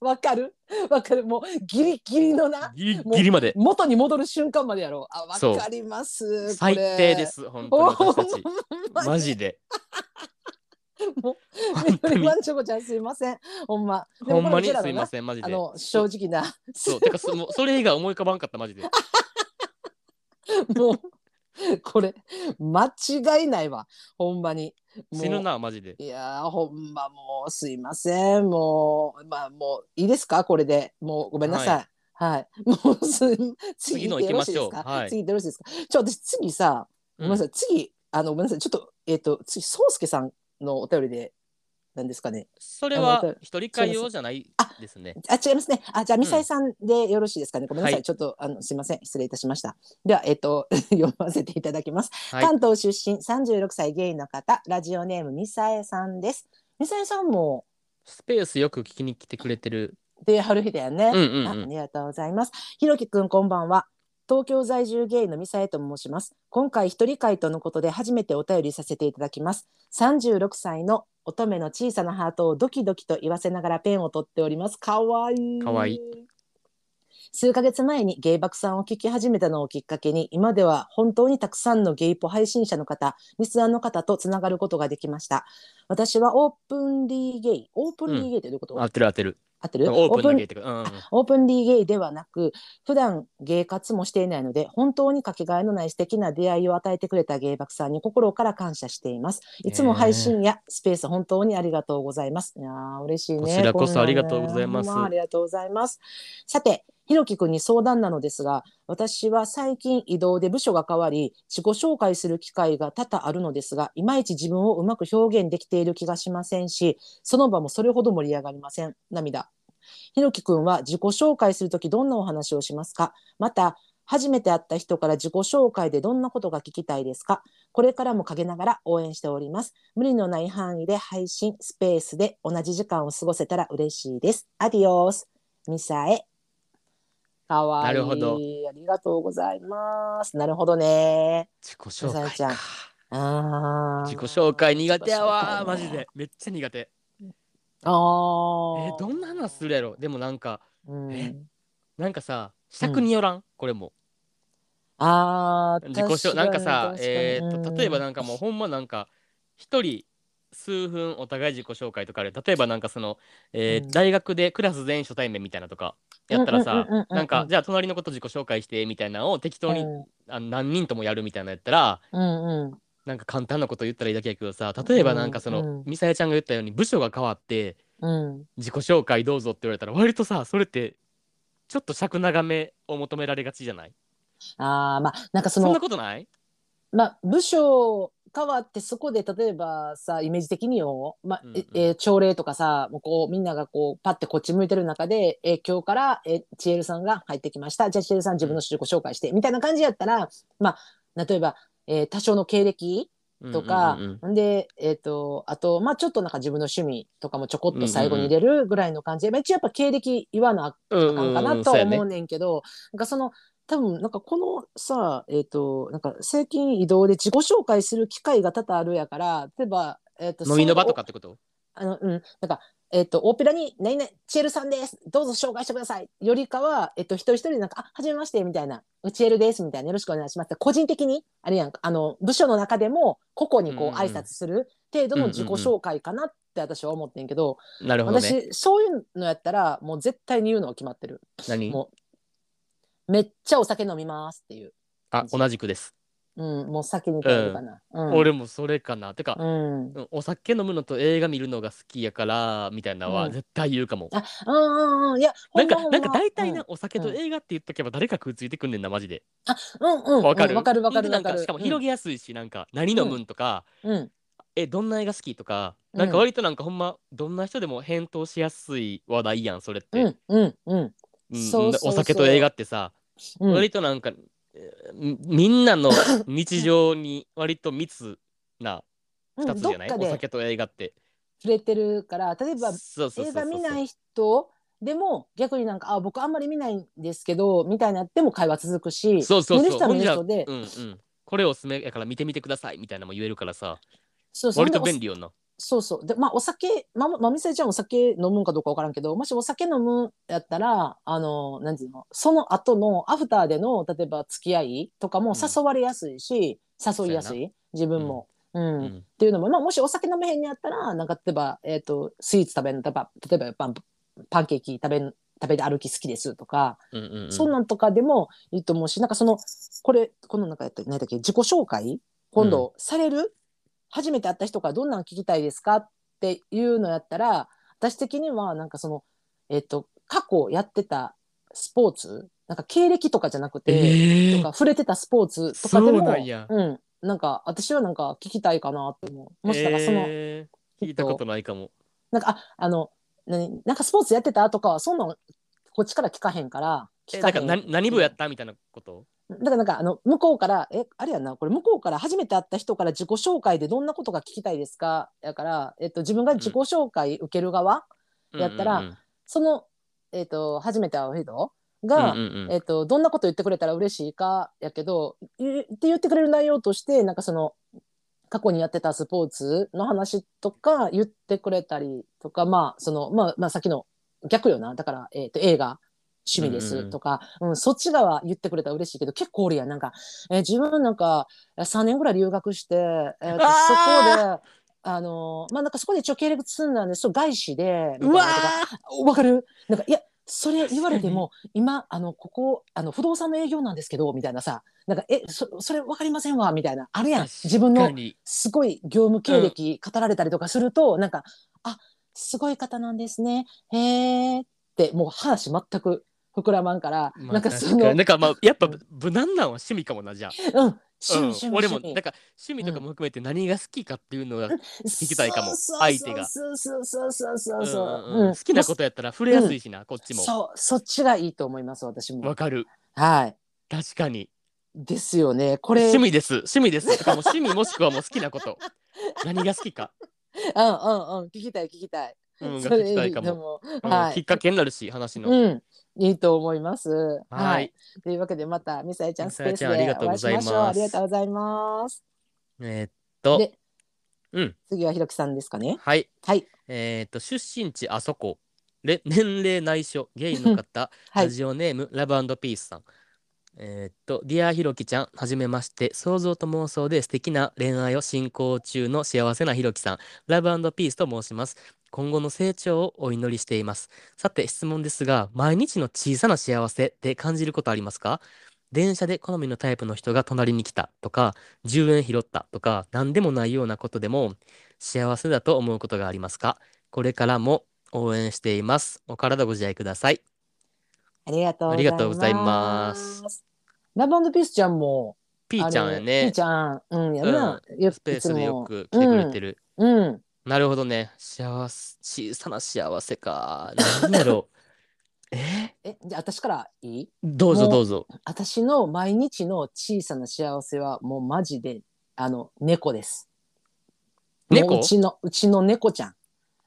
B: わかるわかる。もうギリギリのな。
A: ギリギリまで
B: 元に戻る瞬間までやろう。あ、
A: そう
B: わかります。。
A: 最低ですす本当
B: お
A: に
B: ほ
A: 私
B: ん
A: たち
B: まに
A: マ ジで本
B: びっ
A: 当
B: くり
A: に
B: マンチョコちゃんすいません。ほんま。で
A: ほ
B: も
A: んま
B: これう
A: に
B: ちらの
A: すい
B: な
A: ませんマジ
B: あ
A: で
B: の正直な
A: そうてかそ もうそれ以外思い浮かばんかったマジで
B: もうこれ間違いないわほんまにもう
A: 死ぬなマジで
B: いやーほんまもうすいませんもうまあもういいですかこれでもうごめんなさいはい、 もうす
A: 次
B: 次
A: の
B: 行ってよろしいで
A: 行
B: す
A: きま
B: か
A: しょうはい
B: 次行ってよろしいですかちょ私次さごめんなさい、次あのごめんなさいちょっとえっ、と次宗介さんのお便りでなんですかね
A: それは
B: あの
A: 一人会用じゃないですね
B: あ違いますねあじゃあミサイさんでよろしいですかね、ごめんなさい、
A: はい
B: ちょっとあのすいません失礼いたしましたではえっ、と 読ませていただきます
A: はい
B: 関東出身36歳ゲイの方ラジオネームミサエさんですミサエさんも
A: スペースよく聞きに来てくれてる
B: 出春日だよね、
A: うんうん
B: あ
A: う
B: あ
A: ん
B: りがとうございますひろきくんこんばんは東京在住ゲイのミサエと申します今回一人会とのことで初めてお便りさせていただきます36歳の乙女の小さなハートをドキドキと言わせながらペンを取っておりますかわいい
A: かわいい
B: 数ヶ月前にゲイバクさんを聞き始めたのをきっかけに今では本当にたくさんのゲイポ配信者の方リスナーの方とつながることができました私はオープンリーゲイオープンリーゲイってどういうこと、
A: 合ってる合ってる
B: 合って
A: オ
B: る
A: ープンだけ
B: オー
A: ってことうんうん
B: オープンリーゲイではなく普段ゲイ活もしていないので本当にかけがえのない素敵な出会いを与えてくれたゲイバクさんに心から感謝していますいつも配信やスペース本当にありがとうございますいやー嬉しいね
A: こちらこそ
B: んな
A: あ
B: んね
A: りがとうございます
B: ほんありがとうございますさてひろきくんに相談なのですが私は最近移動で部署が変わり自己紹介する機会が多々あるのですがいまいち自分をうまく表現できている気がしませんしその場もそれほど盛り上がりません涙ひろきくんは自己紹介するときどんなお話をしますかまた初めて会った人から自己紹介でどんなことが聞きたいですかこれからも陰ながら応援しております無理のない範囲で配信スペースで同じ時間を過ごせたら嬉しいですアディオスミサエかわいい
A: なるほど
B: ありがとうございますなるほどね
A: 自己紹
B: サザエ
A: 介
B: ちゃん
A: か
B: あー
A: 自己紹介苦手やわー
B: 自己紹
A: マ
B: 介ね
A: ジでめっちゃ苦手え
B: あー
A: ーどんな話するやろでもなんか
B: うん
A: えなんかさ尺によらんこれも
B: あー
A: 自己紹
B: 確
A: なんかさ
B: に
A: えーっ
B: 確
A: と
B: かに
A: 例えば
B: うん
A: なんかもうほんまなんか一人数分お互い自己紹介とかある例えばなんかその、えー
B: うん
A: 大学でクラス全員初対面みたいなとかやったら
B: うんうん
A: さ
B: うんうんうん
A: なんかじゃあ隣のこと自己紹介してみたいなのを適当に、
B: うん
A: あの何人ともやるみたいなのやったら
B: うんうん
A: なんか簡単なこと言ったらいいだけやけどさ、例えばなんかそ
B: うん
A: の
B: うん、
A: ミサヤちゃんが言ったように部署が変わって、
B: うん。
A: 自己紹介どうぞって言われたら、割とさ、それって、ちょっと尺長めを求められがちじゃない
B: ああ、まあ、なんか
A: そ
B: そ
A: ん
B: の
A: な、ことない
B: まあ、部署変わってそこで例えばさイメージ的によ、まあ
A: うんうん
B: ええー朝礼とかさもうこうみんながこうパッてこっち向いてる中で、えー今日から、えー、チエルさんが入ってきましたじゃあチエルさん自分の自己紹介して、みたいな感じやったら、まあ、例えば、えー多少の経歴とか、
A: うんうんうん
B: んで、えー、とあと、まあ、ちょっとなんか自分の趣味とかもちょこっと最後に入れるぐらいの感じで、まあ一応やっぱ経歴言わなあ
A: うん、
B: なんかなとは思うねんけど、なんかその多分なんかこのさえっ、となんか最近移動で自己紹介する機会が多々あるやから例えば、えー、と
A: 飲みの場
B: そう
A: とかってこと
B: あのうんなんかえっ、とオペラに「何々チエルさんですどうぞ紹介してください」よりかは、えっと一人一人なんか「あはじめまして」みたいな「うちエルです」みたいな「よろしくお願いします」個人的にあれやんかあの部署の中でも個々に
A: う
B: こ
A: ん
B: う
A: うん
B: 挨拶する程度の自己紹介かなって私は思ってんけど、
A: なるほどね。
B: 私そういうのやったらもう絶対に言うのは決まってる。
A: 何
B: もうめっちゃお酒飲みますっていう、
A: あ、同じくです。
B: うん、もう先に頼るかな、うん
A: 俺もそれかな。てか
B: う、ん
A: うんお酒飲むのと映画見るのが好きやから、みたいなのは
B: うん
A: 絶対言うかも。
B: あうんうんうんいや
A: なんか、
B: ほまほ
A: なん
B: ま
A: か大体
B: う
A: な、
B: ん
A: お酒と映画って言っとけば誰か食いついてくんねんな、マジで。
B: うんうん
A: わかる
B: うんわかるわか
A: で
B: る
A: な
B: わ
A: ん
B: か
A: か、
B: る
A: しかも広げやすいし、なんか、何飲むんとか、
B: げ、うん
A: え、どんな映画好きとか、
B: うん
A: なんか割となんかほんま、どんな人でも返答しやすい話題やん、それっ
B: う
A: て。
B: んうんうん
A: うん
B: そうそうそう
A: お酒と映画ってさ、
B: うん
A: 割となんか、えーみみん なの日常に割と密な
B: うん
A: 2つじ
B: どっ
A: ゃない、
B: か
A: お
B: で
A: 酒と映画って。
B: 触れてるから例えば
A: そうそうそうそ
B: 映
A: う
B: 画見ない人でも逆になんかあ僕あんまり見ないんですけどみたいになっても会話続くし
A: そうそうそう
B: 見る人は
A: ほ
B: 見
A: ん
B: る
A: じゃ
B: 人で、
A: うんうん。これおすすめやから見てみてくださいみたいなのも言えるからさ、
B: そうそう
A: 割と
B: ほんでお
A: 便利よな。
B: そうそう。で、まあ、お酒、ま、まみさえちゃんお酒飲むんかどうかわからんけど、もしお酒飲むやったら、あの、なんていうの、その後のアフターでの、例えば付き合いとかも
A: うん
B: 誘われやすいし、誘いやすい、自分も。うん。
A: う
B: っ
A: ん
B: ていうのも、まあ、もしお酒飲めへんやったら、なんか、例えば、えっ、と、スイーツ食べん、例えば、例えばパン、パンケーキ食べん、食べて歩き好きですとか、
A: うんうんうん
B: そんなんとかでもいいと思うし、なんかその、これ、このなんかやった、何だっけ、自己紹介今度、される初めて会った人からどんなん聞きたいですかっていうのやったら、私的には、なんかその、えっ、と、過去やってたスポーツ、なんか経歴とかじゃなくて、
A: え
B: と
A: ー
B: か触れてたスポーツとかでも、
A: そうなんや
B: うんなんか私はなんか聞きたいかなって思う。もしだからその、
A: えー聞いたことないかも。
B: なんか、あ、あの、何、なんかスポーツやってたとかは、そんなん、こっちから聞かへんから、
A: え
B: 聞か
A: な
B: へ
A: んかな何部やったみたいなこと
B: だからなんかあの向こうからえあれやなこれ向こうから初めて会った人から自己紹介でどんなことが聞きたいですかやから、えっと、自分が自己紹介受ける側、やったら
A: うんうん
B: その、えっと、初めて会う人
A: うん
B: が、
A: うんうん
B: えっと、どんなこと言ってくれたら嬉しいかやけどいって言ってくれる内容としてなんかその過去にやってたスポーツの話とか言ってくれたりとかまあそのまあまあさっきの逆よなだから、えっと映画趣味
A: う
B: で
A: んうんう
B: す
A: ん
B: とか、うんそっち側言ってくれたら嬉しいけど結構おるやんなんか、えー自分なんか3年ぐらい留学して、えーと
A: あ
B: そこで。あのーまあなんかそこで一応経歴積んだんですそう外資でみ
A: う
B: たい
A: わ
B: なとかわかるなんかいやそれ言われても今あのここあの不動産の営業なんですけどみたいなさなんかえそそれわかりませんわみたいなあれやん
A: ー
B: 自分
A: 確
B: の
A: かに
B: すごい業務経歴語られたりとかすると、なんかあすごい方なんですねへえってもう話全く膨らまんから、
A: まあ
B: なんか
A: 確
B: その、う
A: に
B: ん、
A: なんかまあやっぱ
B: うん
A: 無難なのは趣味かもなじゃあ
B: 趣味
A: うん
B: 趣味
A: 俺も
B: 趣味
A: なんか趣味とかも含めて何が好きかっていうのが
B: 聞
A: きたいかも相手が
B: そうそうそうそうそうそうう、
A: んうんうん好きなこととやったら触れやすいしな、こっちも。
B: そうそっちがいいと思います私も
A: わかる。
B: はい
A: 確かに。
B: ですよね。これ、
A: 趣味です。趣味です。とかもう趣味もしくはもう好きなこと。何が好きか。
B: うんうんうん、聞きたい聞きたい。
A: うん、が
B: そ
A: 聞
B: れ
A: きたいか
B: で
A: も。
B: も、
A: うん
B: は
A: きっ
B: い。
A: かけになるし、話の。
B: うん、いいと思います。はい。
A: はい。
B: というわけで、またミサエちゃん
A: ミ
B: ス
A: サ
B: ペ
A: エ
B: ース
A: ち
B: で
A: ゃんありがとう
B: お会
A: ご
B: いし
A: ざい
B: ま
A: ます
B: しょう。ありがとうございます。
A: えーっと、
B: で、
A: うん。
B: 次はひろきさんですかね。
A: はい。
B: はい。
A: えーっと、出身地あそこ。れ年齢内緒。ゲイの方。
B: はい
A: ラ。ジオネームラブピースさん。えーっと、ディアひろきちゃん、はじめまして。想像と妄想で素敵な恋愛を進行中の幸せなひろきさん。ラブピースと申します。今後の成長をお祈りしています。さて、質問ですが、毎日の小さな幸せって感じることありますか電車で好みのタイプの人が隣に来たとか、10円拾ったとか、何でもないようなことでも、幸せだと思うことがありますかこれからも応援しています。お体ご自愛ください。
B: ありがとう
A: ありがとうございます
B: ラブピースちゃんも、
A: ピーちゃんや
B: あれピ
A: ね
B: ー。ちゃん、うん、やるな。よ
A: スペースでよく
B: いつ
A: 来て
B: も
A: くれてる。
B: うん。
A: なるほどね。幸せ、小さな幸せか。何やろう。 え
B: え、じゃあ私からいい
A: どうぞ
B: もう
A: どうぞ。
B: 私の毎日の小さな幸せはもうマジで、あの、猫です。
A: 猫
B: もううちの、うちの猫ちゃん。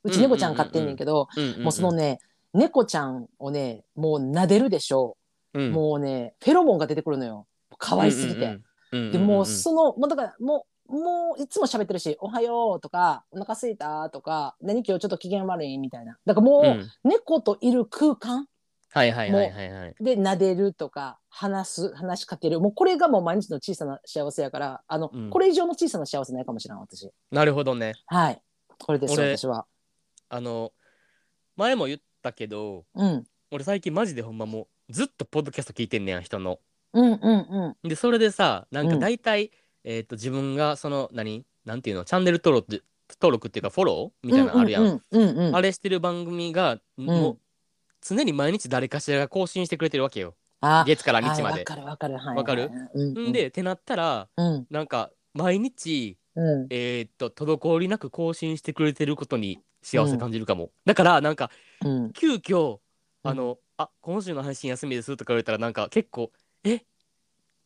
B: うち猫ちゃん飼ってんねんけど、
A: うんうんうん
B: もうそのね、猫ちゃんをね、もう撫でるでしょ
A: うん
B: う。もうね、フェロモンが出てくるのよ。可愛すぎて。。
A: うんうんうん
B: でもうそのもうだからもうもういつも喋ってるし「おはよう」とか「お腹すいた」とか「何今日ちょっと機嫌悪い」みたいなだから
A: う
B: も
A: んうん
B: う猫といる空間
A: はいはいはいはいはい。
B: で撫でるとか話す話しかけるもうこれがもう毎日の小さな幸せやからあの、
A: うん
B: これ以上の小さな幸せないかもしれん私
A: なるほどね。
B: はいこれです
A: 俺
B: 私は
A: あの、前も言ったけど、
B: うん
A: 俺最近マジでほんまもうずっとポッドキャスト聞いてんねや、人の。
B: うんうん
A: で、それでさ、なんか
B: うん
A: 大体、えっと、自分がその、何なんていうの、チャンネル登録って、登録っていうかフォロー
B: う
A: み
B: ん
A: たいなのあるやん。
B: うんうんうんうん
A: あれしてる番組が、もう、常に毎日誰かしらが更新してくれてるわけよ。
B: あ
A: 月から日ま
B: はいわ
A: で。
B: かるわかるはい
A: わかる
B: うんうん
A: んで、ってなったら、
B: うん
A: なんか、毎日、
B: うん
A: えーっと、滞りなく更新してくれてることに幸せ感じるかも。だから、なんか、
B: うん
A: 急遽、
B: うん
A: あの、あ、今週の配信休みですとか言われたら、なんか結構、え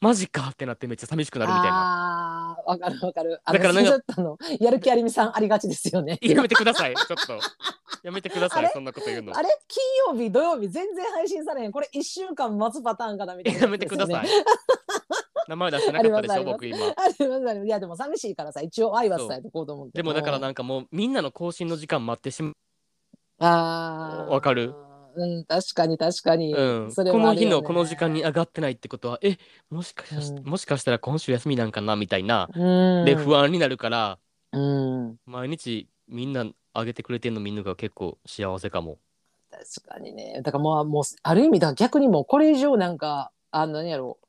A: マジかってなってめっちゃ寂しくなるみたいな。
B: ああー、わかるわかる。あ
A: だからなんか
B: の、ちょっとあの、やる気ありみさんありがちですよね。
A: やめてください、ちょ っと。やめてくださ
B: あ
A: い
B: れ、
A: そんなこと言うの。
B: あれ金曜日、土曜日、全然配信されへん。これ一週間待つパターンかなみたいな、
A: やめてください。。名前出してなかったでし
B: あ
A: ょ、
B: ります
A: 僕今。
B: ありますありますいや、でも寂しいからさ、一応愛は伝えてこうと思って。
A: でもだからなんかもうみんなの更新の時間待ってしまう、
B: うん。ああ。
A: わかる。
B: うん、確かに確かに。
A: うん
B: それ
A: こ
B: はあ
A: の
B: るよ
A: 日
B: ね
A: のこの時間に上がってないってことはえもしかし、
B: うん
A: もしかしたら今週休みなんかなみたいな、
B: うん。
A: で不安になるから
B: うん。
A: 毎日みんな上げてくれてんのみんなが結構幸せかも。
B: 確かにねだからまあもうある意味だから逆にもうこれ以上なんかあの何やろう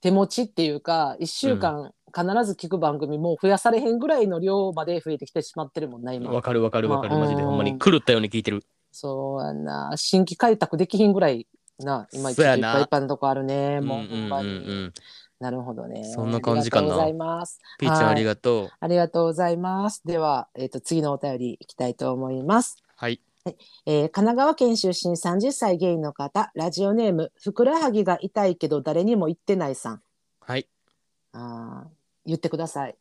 B: 手持ちっていうか1週間必ず聞く番組もう増やされへんぐらいの量まで増えてきてしまってるもんな今
A: わかるわかるわかる、
B: まあ
A: マジで
B: うん
A: ほんまに狂ったように聞いてる。
B: そうやな新規開拓できひんぐらいな今一
A: そう
B: 時い
A: や
B: っ
A: な
B: ぱいいっぱいのとこあるね
A: うんう
B: も
A: ん
B: う
A: う
B: ほん
A: んう
B: まに
A: ん。
B: なるほどね
A: そんな感じかな
B: ありがとうございます
A: ピーちゃん
B: はい
A: ありがとう。
B: ありがとうございますでは、えっと次のお便りいきたいと思います
A: はい。
B: えー神奈川県出身30歳ゲイの方ラジオネームふくらはぎが痛いけど誰にも言ってないさん
A: はい。
B: あー言ってください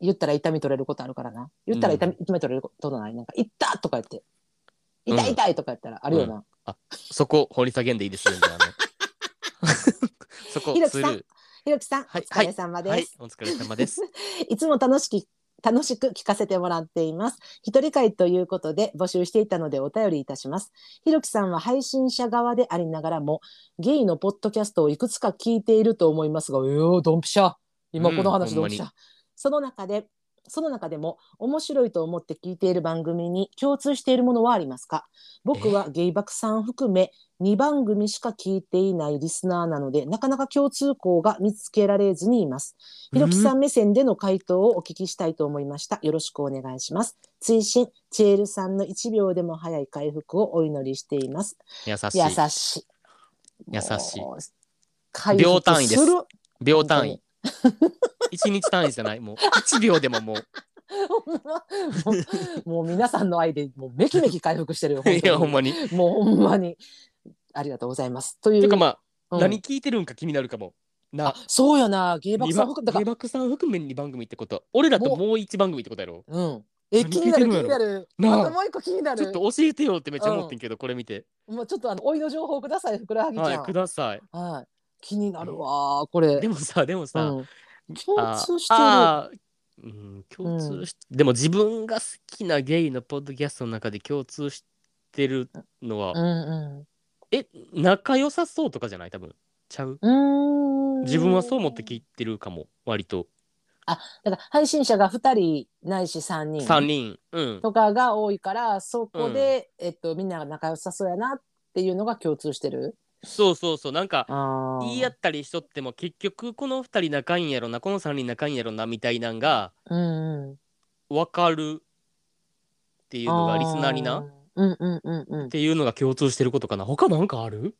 B: 言ったら痛み取れることあるからな言ったら痛み,、痛み取れることないなんか「痛っ!」とか言って「
A: うん
B: 痛い痛い!」とか言ったらあるよな、
A: そこ掘り下げんでいいです全然あの そこ
B: ひろき
A: す
B: さん
A: る。
B: ひろきさん、
A: はい
B: お疲れ様です、
A: はい。お疲れ様です。
B: いつも楽しき楽しく聞かせてもらっています。一人会ということで募集していたのでお便りいたします。ひろきさんは配信者側でありながらも、ゲイのポッドキャストをいくつか聞いていると思いますが、えー、ドンピシャ。今この
A: う
B: 話
A: んほん
B: ド
A: ま
B: ン
A: に
B: ピシャ。その中で、その中でも面白いと思って聞いている番組に共通しているものはありますか僕はゲイバクさん含め2番組しか聞いていないリスナーなので、なかなか共通項が見つけられずにいます。 ひろきさん目線での回答をお聞きしたいと思いました。よろしくお願いします。追伸チエルさんの1秒でも早い回復をお祈りしています。
A: 優しい
B: 優。しい。
A: 優しい
B: もう。回復
A: 秒単位です
B: る
A: 秒単位。一日単位じゃない。もう一秒でももう。
B: もうもう皆さんの愛でもうめきめき回復してるよ。本
A: いや、ほ
B: 当
A: ん
B: に
A: まに。
B: もうほんまに。ありがとうございます。という
A: てかまあ、
B: うん
A: 何聞いてるんか気になるかも。な
B: あ、そうやな、芸爆
A: リ
B: さ
A: バ
B: ん含めだ
A: ゲ
B: から、
A: バクさん含め2番組ってこと俺らともう1番組ってことやろ
B: うん。え、
A: 何
B: 気になる、気
A: 聞いてるん
B: に
A: や
B: なる。
A: なあ
B: あともう一個気にな
A: ちょっ
B: る。
A: と教えてよってめっちゃ思ってんけど、これ見て。
B: もうちょっとあの、おいの情報ください、ふくらはぎち
A: はい
B: ゃ、ん
A: く。ださい。
B: はい。気になるわー、これ。
A: でもさ、でも
B: う
A: さ、
B: ん、共通してる。
A: ああうん、共通し、でも自分が好きなゲイのポッドキャストの中で共通してるのは、
B: うん
A: え、仲良さそうとかじゃない多分。ちゃう
B: うん。うーん
A: 自分はそう思って聞いてるかも、割と。
B: だから配信者が2人ないし3人
A: 3人。うん。
B: とかが多いからそこで、えっと、みんなが仲良さそうやなっていうのが共通してる。
A: そうそうそうなんか
B: あー
A: 言い合ったりしとっても結局この2人仲いいんやろなこの3人仲いいんやろなみたいなんが
B: うんうん。
A: 分かるっていうのがリスナーにな
B: あ
A: っ
B: ー。うんうんうんうん。
A: ていうのが共通してることかな他なんかある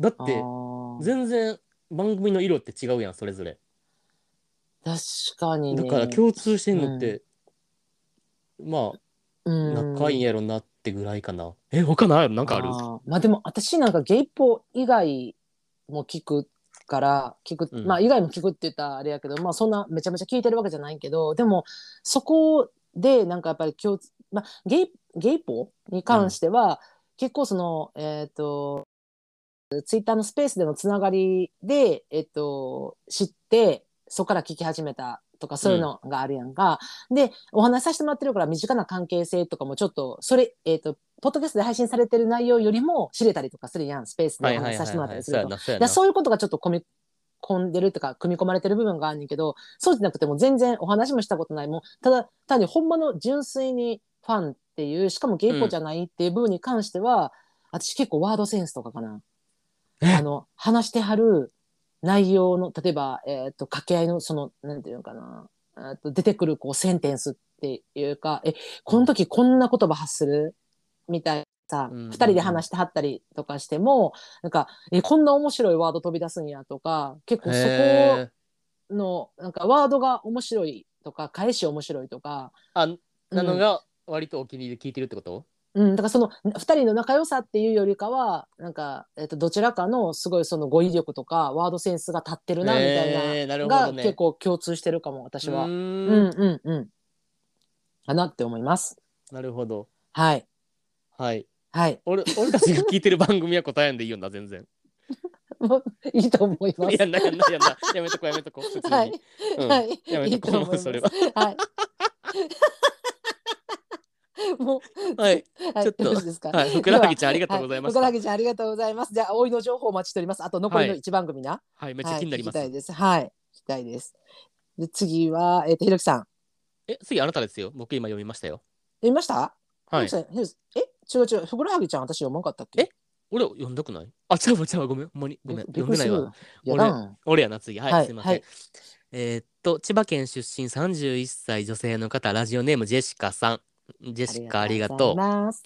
A: だっ
B: あ
A: て
B: ー
A: 全然番組の色って違うやんそれぞれ
B: 確かに
A: だ
B: ね。
A: から共通してんのって、まあ
B: うん
A: 仲いいんやろなってぐらいかな、え他ないなんかある
B: ーまあでも私なんかゲイポ以外も聞くから聞く、
A: うん
B: まあ以外も聞くって言ったらあれやけどまあそんなめちゃめちゃ聞いてるわけじゃないけどでもそこでなんかやっぱり共通、まあ、ゲイゲイポに関しては結構その、えっ、とツイッターのスペースでのつながりで、えっと知ってそこから聞き始めたとかそういうのがあるやんか、でお話しさせてもらってるから身近な関係性とかもちょっとそれ、えっとポッドキャストで配信されてる内容よりも知れたりとかするやんスペースで
A: はい
B: お
A: は
B: 話
A: い
B: し
A: は
B: さ
A: い
B: せてもらった
A: は
B: り
A: いそ
B: す
A: う
B: る
A: や
B: と
A: なそうや
B: だ
A: な
B: そういうことがちょっと込み込んでるっていうか組み込まれてる部分があんねんけどそうじゃなくてもう全然お話もしたことないもうただ単にほんまの純粋にファンっていうしかもゲイポじゃないっていう部分に関しては、私結構ワードセンスとかかな。
A: え
B: あの話してはる内容の例えば、えー、と掛け合いのそのなんていうのかなえーと出てくるこうセンテンスっていうかえこの時こんな言葉発するみたいなさ、
A: うんうんうん
B: 2人で話してはったりとかしてもなんかえこんな面白いワード飛び出すんやとか結構そ
A: へー
B: このなんかワードが面白いとか返し面白いとか。
A: あ
B: うん
A: なのが割とお気に入りで聞いてるってこと、
B: うん、だからその2人の仲良さっていうよりかはなんか、えっとどちらかのすごいその語彙力とかワードセンスが立ってるなみたいな
A: えーなるほど
B: が
A: ね
B: 結構共通してるかも私は。
A: う
B: うん
A: ー
B: うんんうん。かなって思います。
A: なるほど
B: はい
A: はい
B: はい。
A: 俺俺たちが聞いてる番組は答えんでいいよな全然
B: もういいと思 いま
A: や
B: す。
A: んなやんなやんなやめとこやめとこ普通に、
B: はい
A: うん
B: はい。
A: やめ
B: い
A: と
B: い
A: こと
B: 思います。
A: それは
B: はい。 もう
A: はい、
B: はい
A: ちょっと
B: よろしいですか。
A: はい、ふくらはぎちゃんありがとうございました。
B: は、
A: はい
B: ふくらはぎちゃんありがとうございます。じゃあ、おいの情報お待ちしております。あと残りの
A: はい
B: 一番組な。
A: い、めっちゃ気になります。
B: はい、聞きたいです。はい、聞きたいです。で次は、えっ、と、ひろきさん。
A: え、次あなたですよ。僕今読みましたよ。
B: 読みました。
A: はい
B: ひ。ろきさんひろきえ、違う違う、ふくらはぎちゃん、私読まんかったっけ。
A: え俺読んだくないあ、違うわ違うわごめん。ほんまに。ごめん。
B: び
A: 読
B: っ
A: ん
B: く
A: です
B: り
A: ない
B: る
A: わ。。
B: やらん。
A: 俺やな、次。はい、
B: はい
A: すいません。
B: はい
A: えーっと、千葉県出身31歳女性の方、ラジオネームジェシカさん。ジェシカありがとう。
B: ます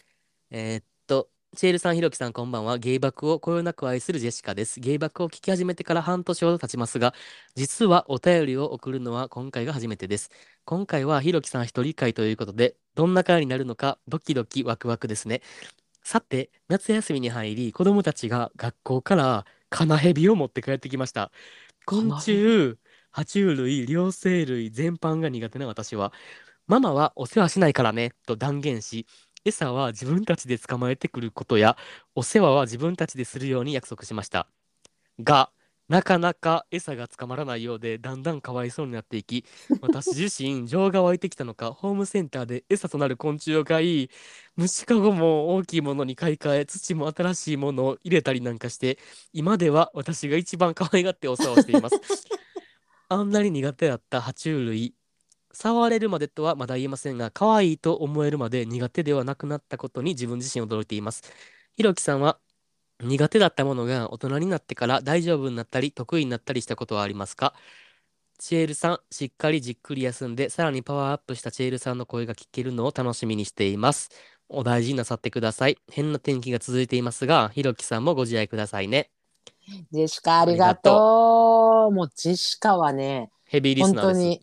A: えーっと、チェールさん、ひろきさん、こんばんは。ゲイバクをこよなく愛するジェシカです。ゲイバクを聞き始めてから半年ほど経ちますが、実はお便りを送るのは今回が初めてです。今回はひろきさん一人会ということで、どんな会になるのか、ドキドキワクワクですね。さて、夏休みに入り、子供たちが学校からカナヘビを持って帰ってきました。昆
B: ナヘビ
A: 虫、爬虫類、両生類全般が苦手な私は、ママはお世話しないからね、と断言し、餌は自分たちで捕まえてくることや、お世話は自分たちでするように約束しました。が、なかなか餌が捕まらないようで、だんだんかわいそうになっていき、私自身、情が湧いてきたのか、ホームセンターで餌となる昆虫を買い、虫かごも大きいものに買い替え、土も新しいものを入れたりなんかして、今では私が一番可愛がってお世話をしています。あんなに苦手だった爬虫類、触れるまでとはまだ言えませんが、可愛いと思えるまで苦手ではなくなったことに自分自身驚いています。ひろきさんは苦手だったものが大人になってから大丈夫になったり得意になったりしたことはありますかチエルさん、しっかりじっくり休んで、さらにパワーアップしたチエルさんの声が聞けるのを楽しみにしています。お大事になさってください。変な天気が続いていますが、ひろきさんもご自愛くださいね。
B: ジェシカありがとう。もうジェシカはね、
A: ヘビーリス
B: 本
A: ナー
B: 当
A: です。
B: に。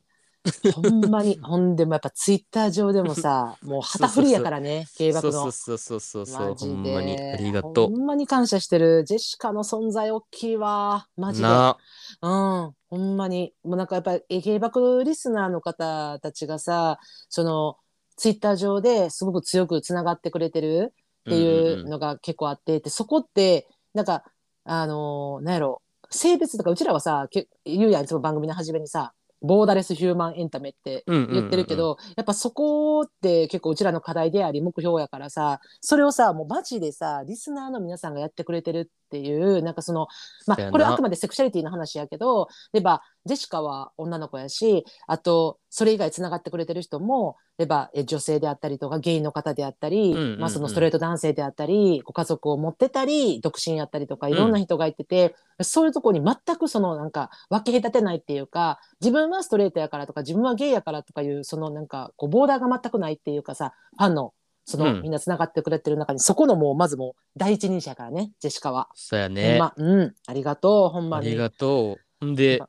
B: ほん まに、ほんでもやっぱツイッター上でもさ、もう旗振りやからね、芸爆
A: そう
B: の。
A: そうそうそうそう、
B: マ
A: ほ
B: ジで
A: んまにありがと
B: ほんまに感謝してる。ジェシカの存在大きいわ。マ
A: う。
B: ジで。
A: なあ。
B: うん、ほんまに。もうなんかやっぱり、え芸爆リスナーの方たちがさ、その、ツイッター上ですごく強くつながってくれてるってい
A: ん
B: うん
A: ん
B: のが結構あって、でそこってなんかあのーなんやろ性別とかうちらはさけ言うやんいつも番組の初めにさボーダレスヒューマンエンタメって
A: うんうんうんうん
B: 言ってるけど、やっぱそこって結構うちらの課題であり目標やからさそれをさもうマジでさリスナーの皆さんがやってくれてるっっていう、なんかその、ま
A: そやな
B: あ、これはあくまでセクシャリティの話やけど、例えば、ジェシカは女の子やし、あと、それ以外つながってくれてる人も、例えば、え女性であったりとか、ゲイの方であったり、
A: うんうんうん
B: まあ、そのストレート男性であったり、ご家族を持ってたり、独身やったりとか、いろんな人がいてて、そういうとこに全くその、なんか、分け隔てないっていうか、自分はストレートやからとか、自分はゲイやからとかいう、その、なんか、こう、ボーダーが全くないっていうかさ、ファンの、そうの、
A: ん
B: みんな繋がってくれてる中に、そこのもう、まずもう、第一人者やからね、ジェシカは。
A: そうや
B: ほん
A: ね。
B: ま、うん、ありがとう、ほんま
A: あ
B: に。
A: りがとう。んで
B: ほん、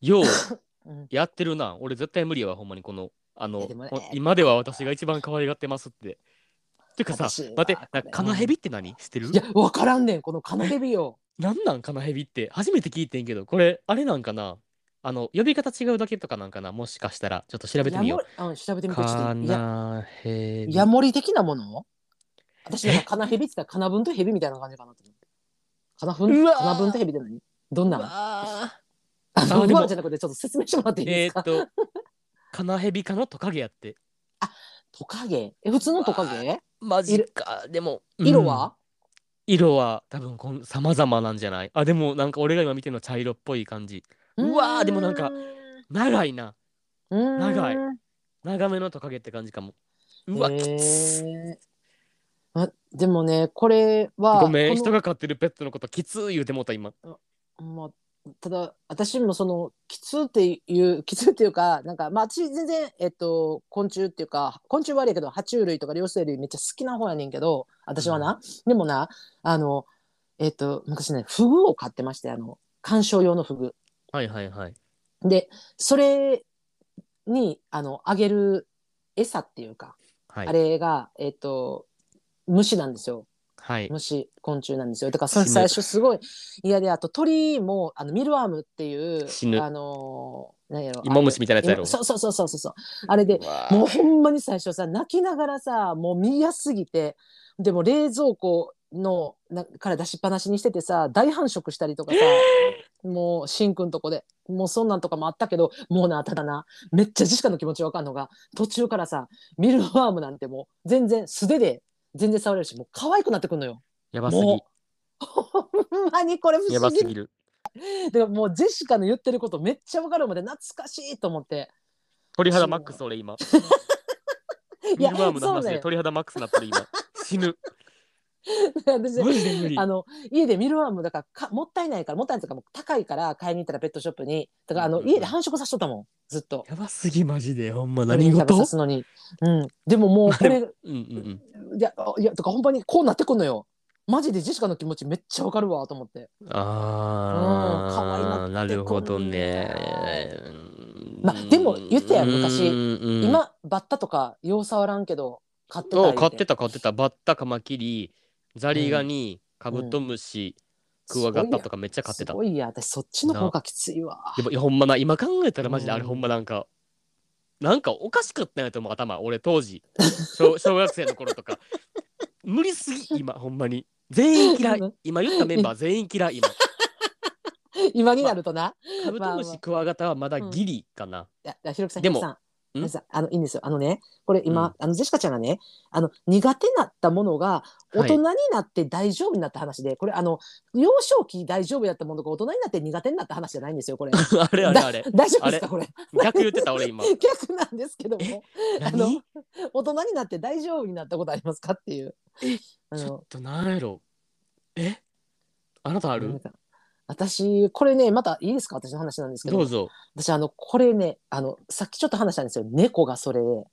A: よう、
B: うん
A: やってるな。俺絶対無理やわ、ほんまにこの、あ
B: い
A: の、
B: やでもね
A: こ今では私が一番可愛がってますって。てかさ
B: 私は、
A: 待って、
B: こ
A: な
B: れ
A: カナヘビって何知ってる
B: いや、わからんねん、このカナヘビよ。
A: なんなんカナヘビって初めて聞いてんけど、これ、あれなんかなあの、呼び方違うだけとかなんかなもしかしたら、ちょっと調べてみよ
B: やもりうん、調べて
A: う。
B: みて、ちょっ
A: カ
B: と、や、
A: ナヘビ。
B: ヤモリ的なもの私、なん
A: え
B: かカナヘビって言ったら、カナブンとヘビみたいな感じかなと思って。カナフ
A: う
B: ン、
A: わー
B: カナブンとヘビって何どん
A: う
B: なん
A: わ
B: あ
A: あ
B: の、
A: で
B: 不
A: も
B: 安じゃなくて、ちょっと説明してもらってい
A: ー
B: いで
A: え
B: す
A: ーっ
B: か
A: と、カナヘビかのトカゲやって。
B: トカゲえ、普通のトカゲ
A: マジか。でも、うん
B: 色は
A: 色は多分こん様々なんじゃないあでもなんか俺が今見てるのは茶色っぽい感じうわーでもなんか、長いな
B: うーん
A: 長い。
B: うーん
A: 長めのトカゲって感じかもうわ
B: へ
A: き
B: ー
A: つ
B: あでもね、これは、
A: ごめん
B: この
A: 人が飼ってるペットのこときつい言うてもうた今
B: まあ、ただ私もそのきつっていう きつっていうかなんかまあ私全然、えっと、昆虫っていうか昆虫はあれやけど爬虫類とか両生類めっちゃ好きな方やねんけど私はな、でもなあのえっと昔ねフグを飼ってましてあの観賞用のフグ
A: はいはいはい
B: でそれにあのあげる餌っていうか、
A: はい
B: あれがえっと虫なんですよ。
A: はい
B: 虫昆虫なんですよだから
A: 死ぬ
B: そ最初すごい嫌であと鳥もあのミルワームっていう
A: 死ぬ
B: あのー何やろ
A: 芋虫みたいなやつや
B: あ
A: ろ
B: れそうそうそうそうそうそうあれで
A: うわー
B: もうほんまに最初さ泣きながらさもう見やすぎてでも冷蔵庫のなから出しっぱなしにしててさ大繁殖したりとかさもうシンくんとこでもうそんなんとかもあったけどもうなただなめっちゃジシカの気持ちわかんのが途中からさミルワームなんてもう全然素手で全然触れるしもう可愛くなってくんのよ。
A: やばすぎ
B: もほんまにこれ不
A: や
B: 思
A: ばす
B: 議
A: ぎる
B: でももうジェシカの言ってることめっちゃわかるまで懐かしいと思って
A: 鳥肌マックス俺 今
B: い
A: ミ
B: や
A: ルバームの
B: そう
A: 話
B: だ
A: で
B: よ
A: 鳥肌マックスなってる今死ぬ
B: 私
A: マジで無理
B: あの家でミルワームだからかもったいないからもったいないとかもう高いから買いに行ったらペットショップにだからあ
A: う
B: の
A: んうんうん
B: 家で繁殖させとったもんずっと
A: やばすぎマジでほんま何
B: 鳥に食べ
A: 事
B: さすのに、うん、でももうこれい
A: うんうん
B: やいやとかほんまにこうなってくんのよマジでジェシカの気持ちめっちゃわかるわと思って
A: うん
B: うん可愛いなっ
A: あ
B: て
A: あなるほどね
B: まあでも言ってたやん昔
A: 昔
B: 今バッタとかよう触らんけど買ってた
A: お
B: 言
A: う
B: うて
A: 買ってた買ってたバッタカマキリザリガニ、カブトムシ、クワガタとかめっちゃ買ってた
B: すごいや私そっちの方がきついわ
A: でもいやほんまな今考えたらマジであれ
B: うん
A: ほんまなんか、なんかおかしかったんやと思う頭俺当時 小小学生の頃とか無理すぎ今ほんまに全員嫌い今言ったメンバー全員嫌い今
B: 今になるとな、
A: カブ トムシクワガタはまだギリかな、
B: いやいやひろきさん
A: で
B: ひ
A: も
B: ろきさん
A: ん
B: ひろきさんあのいいんですよあのねこれ
A: う
B: 今、
A: ん
B: あのジェシカちゃんがねあの苦手なったものが大
A: はい
B: 人になって大丈夫になった話で、これあの幼少期大丈夫やったものが大人になって苦手になった話じゃないんですよこれ
A: あれあれあれ
B: だ大丈夫ですかこれ
A: 逆言ってた俺今
B: 逆なんですけども あの
A: 何
B: 大人になって大丈夫になったことありますかっていうあ
A: ちょっ
B: の
A: となんやろえあなたある、
B: なんか私これねまたいいですか私の話なんですけど
A: どうぞ
B: 私あのこれねあのさっきちょっと話したんですよ猫がそれで。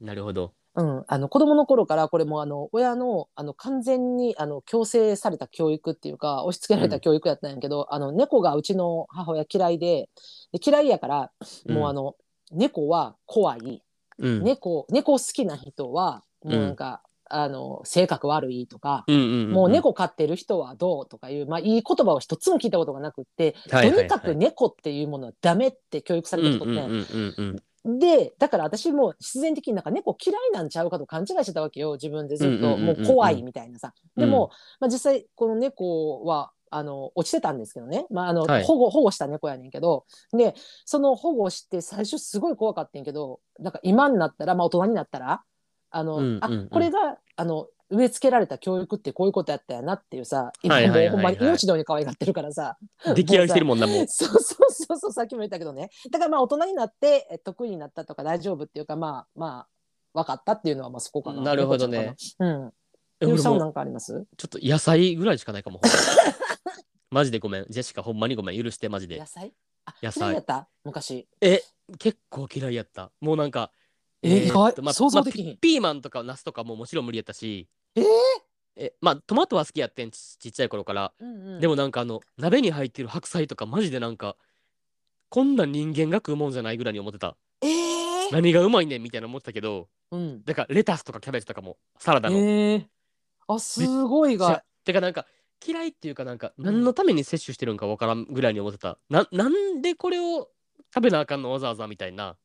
A: なるほど
B: うん、あの子供の頃からこれもあの親のあの完全にあの強制された教育っていうか押し付けられた教育やったんやけど、あの猫がうちの母親嫌いでで嫌いやからもうあ
A: の、
B: の、猫は怖い
A: うん、
B: 猫猫好きな人はもうなんか、あの性格悪いとか、
A: うんうんうんうん
B: もう猫飼ってる人はどうとかいう、まあ、いい言葉を一つも聞いたことがなくって、
A: はいはいはい
B: とにかく猫っていうものはダメって教育されたことって、
A: うんうんうんうん
B: でだから私も必然的になんか猫嫌いなんちゃうかと勘違いしてたわけよ自分でずっ
A: うんうんう
B: と
A: ん
B: もう怖いみたいなさ、
A: うん
B: でも、まあ、実際この猫はあの落ちてたんですけどね、まああの
A: はい
B: 保護保護した猫やねんけどでその保護して最初すごい怖かったんやけどなんか今になったら、まあ、大人になったらあの、
A: うんうんうん
B: あこれがあの植え付けられた教育ってこういうことやったやなっていうさ、今
A: はい
B: も
A: はいはいうはい
B: ほんまに命のように可愛がってるからさ、
A: 出来合いしてるもんな、 もう。
B: そうそうそうそう、さっきも言ったけどね。だからまあ大人になってえ得意になったとか大丈夫っていうか、まあまあ、分かったっていうのはまあそこかな。
A: なるほどね
B: 猫ちゃんかな。うん。
A: え
B: ゆう
A: 俺
B: さん
A: も
B: なんかあります
A: ちょっと野菜ぐらいしかないかも。ほんま マジでごめん。ジェシカ、ほんまにごめん。許して、マジで
B: 野。菜あ、
A: 野菜
B: 嫌いやった昔。
A: 結構嫌いやった。もうなんか、
B: えー
A: ーっ
B: かわい
A: とまあ
B: 想像できひん
A: まあピピーマンとかナスとかももちろん無理やったし、
B: えー
A: え、まあ、トマトは好きやってん、ちちっちゃい頃から。
B: うんうん
A: でもなんかあの、鍋に入ってる白菜とか、マジでなんか、こんなん人間が食うもんじゃないぐらいに思ってた。
B: えー
A: 何がうまいねんみたいな思ってたけど、
B: うん。
A: だからレタスとかキャベツとかも、サラダの。
B: えーあ、すごい
A: じゃ
B: が。
A: てかなんか嫌いっていうかなんか
B: ん
A: 何のために摂取してるんかわからんぐらいに思ってた、ななんでこれを食べなあかんのわざわざみたいな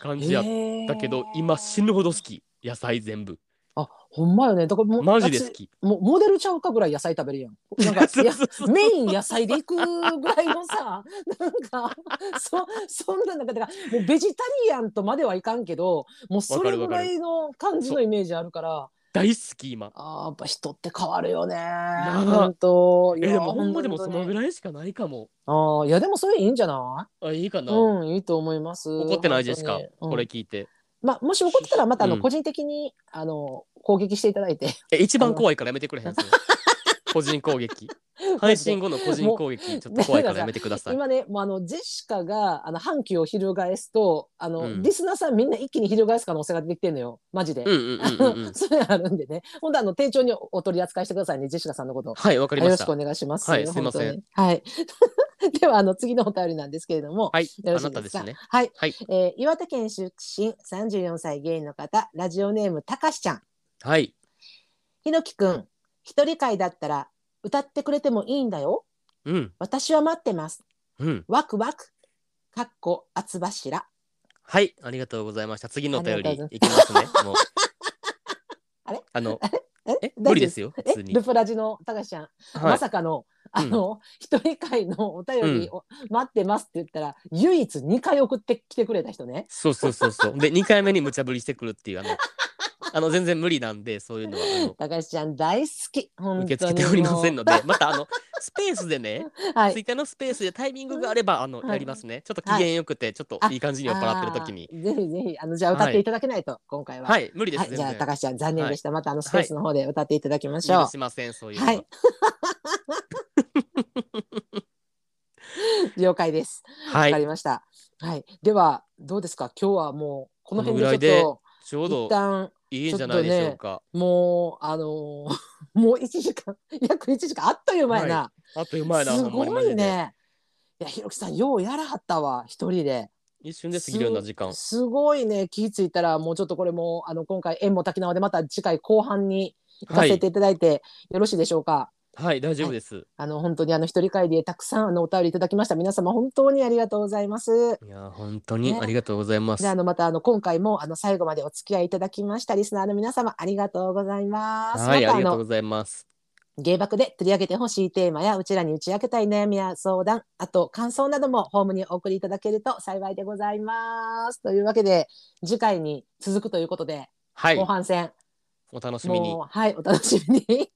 A: 感じやっ
B: え
A: たけど、今死ぬほど好き野菜全部
B: あ、ほんまよね。だからもう
A: マジで好き
B: もモデルちゃうかぐらい野菜食べるやん。なん か
A: そう
B: いや
A: そうそう
B: メイン野菜でいくぐらいの さ、なんかそそんななんかだからもうベジタリアンとまではいかんけど、もうそれぐらいの感じのイメージあるから、
A: 大好き今
B: あーやっぱ人って変わるよね。
A: あ
B: 本当。
A: え
B: いや
A: でもほんまでも
B: 本
A: そ
B: 当
A: の
B: に
A: ぐ
B: ね
A: らいしかないかも
B: あーいやでもそれいいんじゃな
A: あいいか
B: い？
A: な、
B: うんいいと思います。
A: 怒ってないですか、
B: 本当に
A: これ
B: うん
A: 聞いて
B: まあもし怒ってたらまたあ
A: う
B: の
A: ん
B: 個人的に、あの攻撃していただいて。
A: え一番怖いからやめてくれへんそれ個人攻 撃配信後の個人攻撃ちょっと怖いからやめてください
B: 今ね、もうあのジェシカがあの反旗を翻すと、あの、
A: うん
B: リスナーさんみんな一気に翻す可能性が出てきてるのよ、マジで。
A: うんうんうんうん、うん
B: それあるんでね、本当あの丁重におお取り扱いしてくださいね、ジェシカさんのこと。
A: はいわかり
B: よ
A: ま
B: ろ
A: し
B: したくお願いします。
A: はいすいません
B: 本当に。はい。 ではあの次のお便りなんですけれども、
A: はい
B: よろ
A: あ
B: しい
A: な
B: で
A: た
B: す
A: で
B: か
A: すね
B: はい、
A: はい
B: えー岩手県出身34歳ゲイの方、ラジオネームたかしちゃん。
A: はい
B: ひのきくん、一人会だったら歌ってくれてもいいんだよ。
A: うん
B: 私は待ってます。
A: うん
B: ワクワク。かっこ厚柱。
A: はい、ありがとうございました。次のお便
B: ありが
A: り
B: と
A: いきますね。もう
B: あれ
A: あの、え、
B: 大丈夫
A: 無理ですよ、普
B: え
A: 通、に
B: ル。プラジの高橋ちゃん、
A: は
B: ま
A: い、
B: さかの、あの、一人会のお便りを待ってますって言ったら、唯一2回送ってきてくれた人ね。
A: そうそうそうそう。で、2回目に無茶ぶりしてくるっていう、あの、あの全然無理なんで、そういうのは
B: 高橋ちゃん大好き。
A: あ
B: 本当
A: の
B: に
A: 受け付けておりません
B: も
A: ので、またあの、スペースでね、
B: うは
A: ツイ
B: い。
A: ッターのスペースでタイミングがあれば、あの、
B: はい
A: やりますね。ちょっと機嫌よくて、ちょっといい感じに酔っ払ってる時に。
B: あーぜひぜひ、あの、じゃあ歌っていただけないと、今回は。
A: はい、無理です、
B: はい
A: 全
B: じゃあ、
A: 然。
B: 高橋ちゃん、残念でした。また、あの、スペースの方で歌っていただきましょう。
A: 許しません、そういうのは。
B: はい 了解です。
A: は
B: わ
A: い。
B: かりました。はい。では、どうですか今日はもう、この辺
A: このぐらい
B: で
A: で
B: ちょ
A: ちょ
B: っ
A: う
B: と、
A: ど
B: 一旦、
A: いいんじゃないでしょうか。
B: もう、あのー もう1時間、 約1時間、あっという間やな。
A: あとうまいな、ほ
B: す
A: んまに
B: ご
A: マジ
B: い
A: で。
B: ね。いや、ひろきさん、ようやらはったわ、一人で。
A: 一瞬で過ぎるような時間。
B: すごいね、気ぃついたら、もうちょっとこれも、あの、今回、縁も滝縄で、また次回後半に行
A: は
B: かせ
A: い
B: て。いただいて、よろしいでしょうか。
A: はい、大丈夫です。
B: あの、本当に、あの、一人会で、たくさん、あの、お便りいただきました。皆様、本当にありがとうございます。
A: いやー本当に
B: ね
A: ありがとうございます。
B: じゃあ、あの、また、あの、今回も、あの、最後までお付き合いいただきました、リスナーの皆様、ありがとうございます。
A: はい、
B: また
A: あ
B: あ
A: りが
B: の
A: とうございます。
B: 芸爆で取り上げてほしいテーマやうちらに打ち明けたい悩みや相談あと感想などもホームにお送りいただけると幸いでございます。というわけで次回に続くということで、
A: はい
B: 後、半戦
A: お楽しみに。
B: もうはいお楽し みに。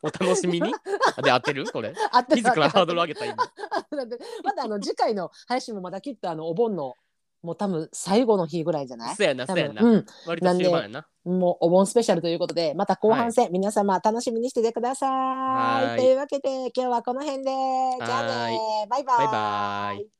A: お楽し みに。あで、当てる、こ れ。
B: あった
A: 自らハードル
B: あ
A: 上げた今。
B: っただってまだあの次回の配信もまだきっとあのお盆のもう多分最後の日ぐらいじゃない
A: そうやな、
B: 多
A: そうや
B: 分
A: な。
B: うん
A: 割と終盤やな。
B: もうお盆スペシャルということでまた後半戦、皆様楽しみにしててください
A: はーい
B: というわけで今日はこの辺でじゃあねバイバ
A: バイバーイ。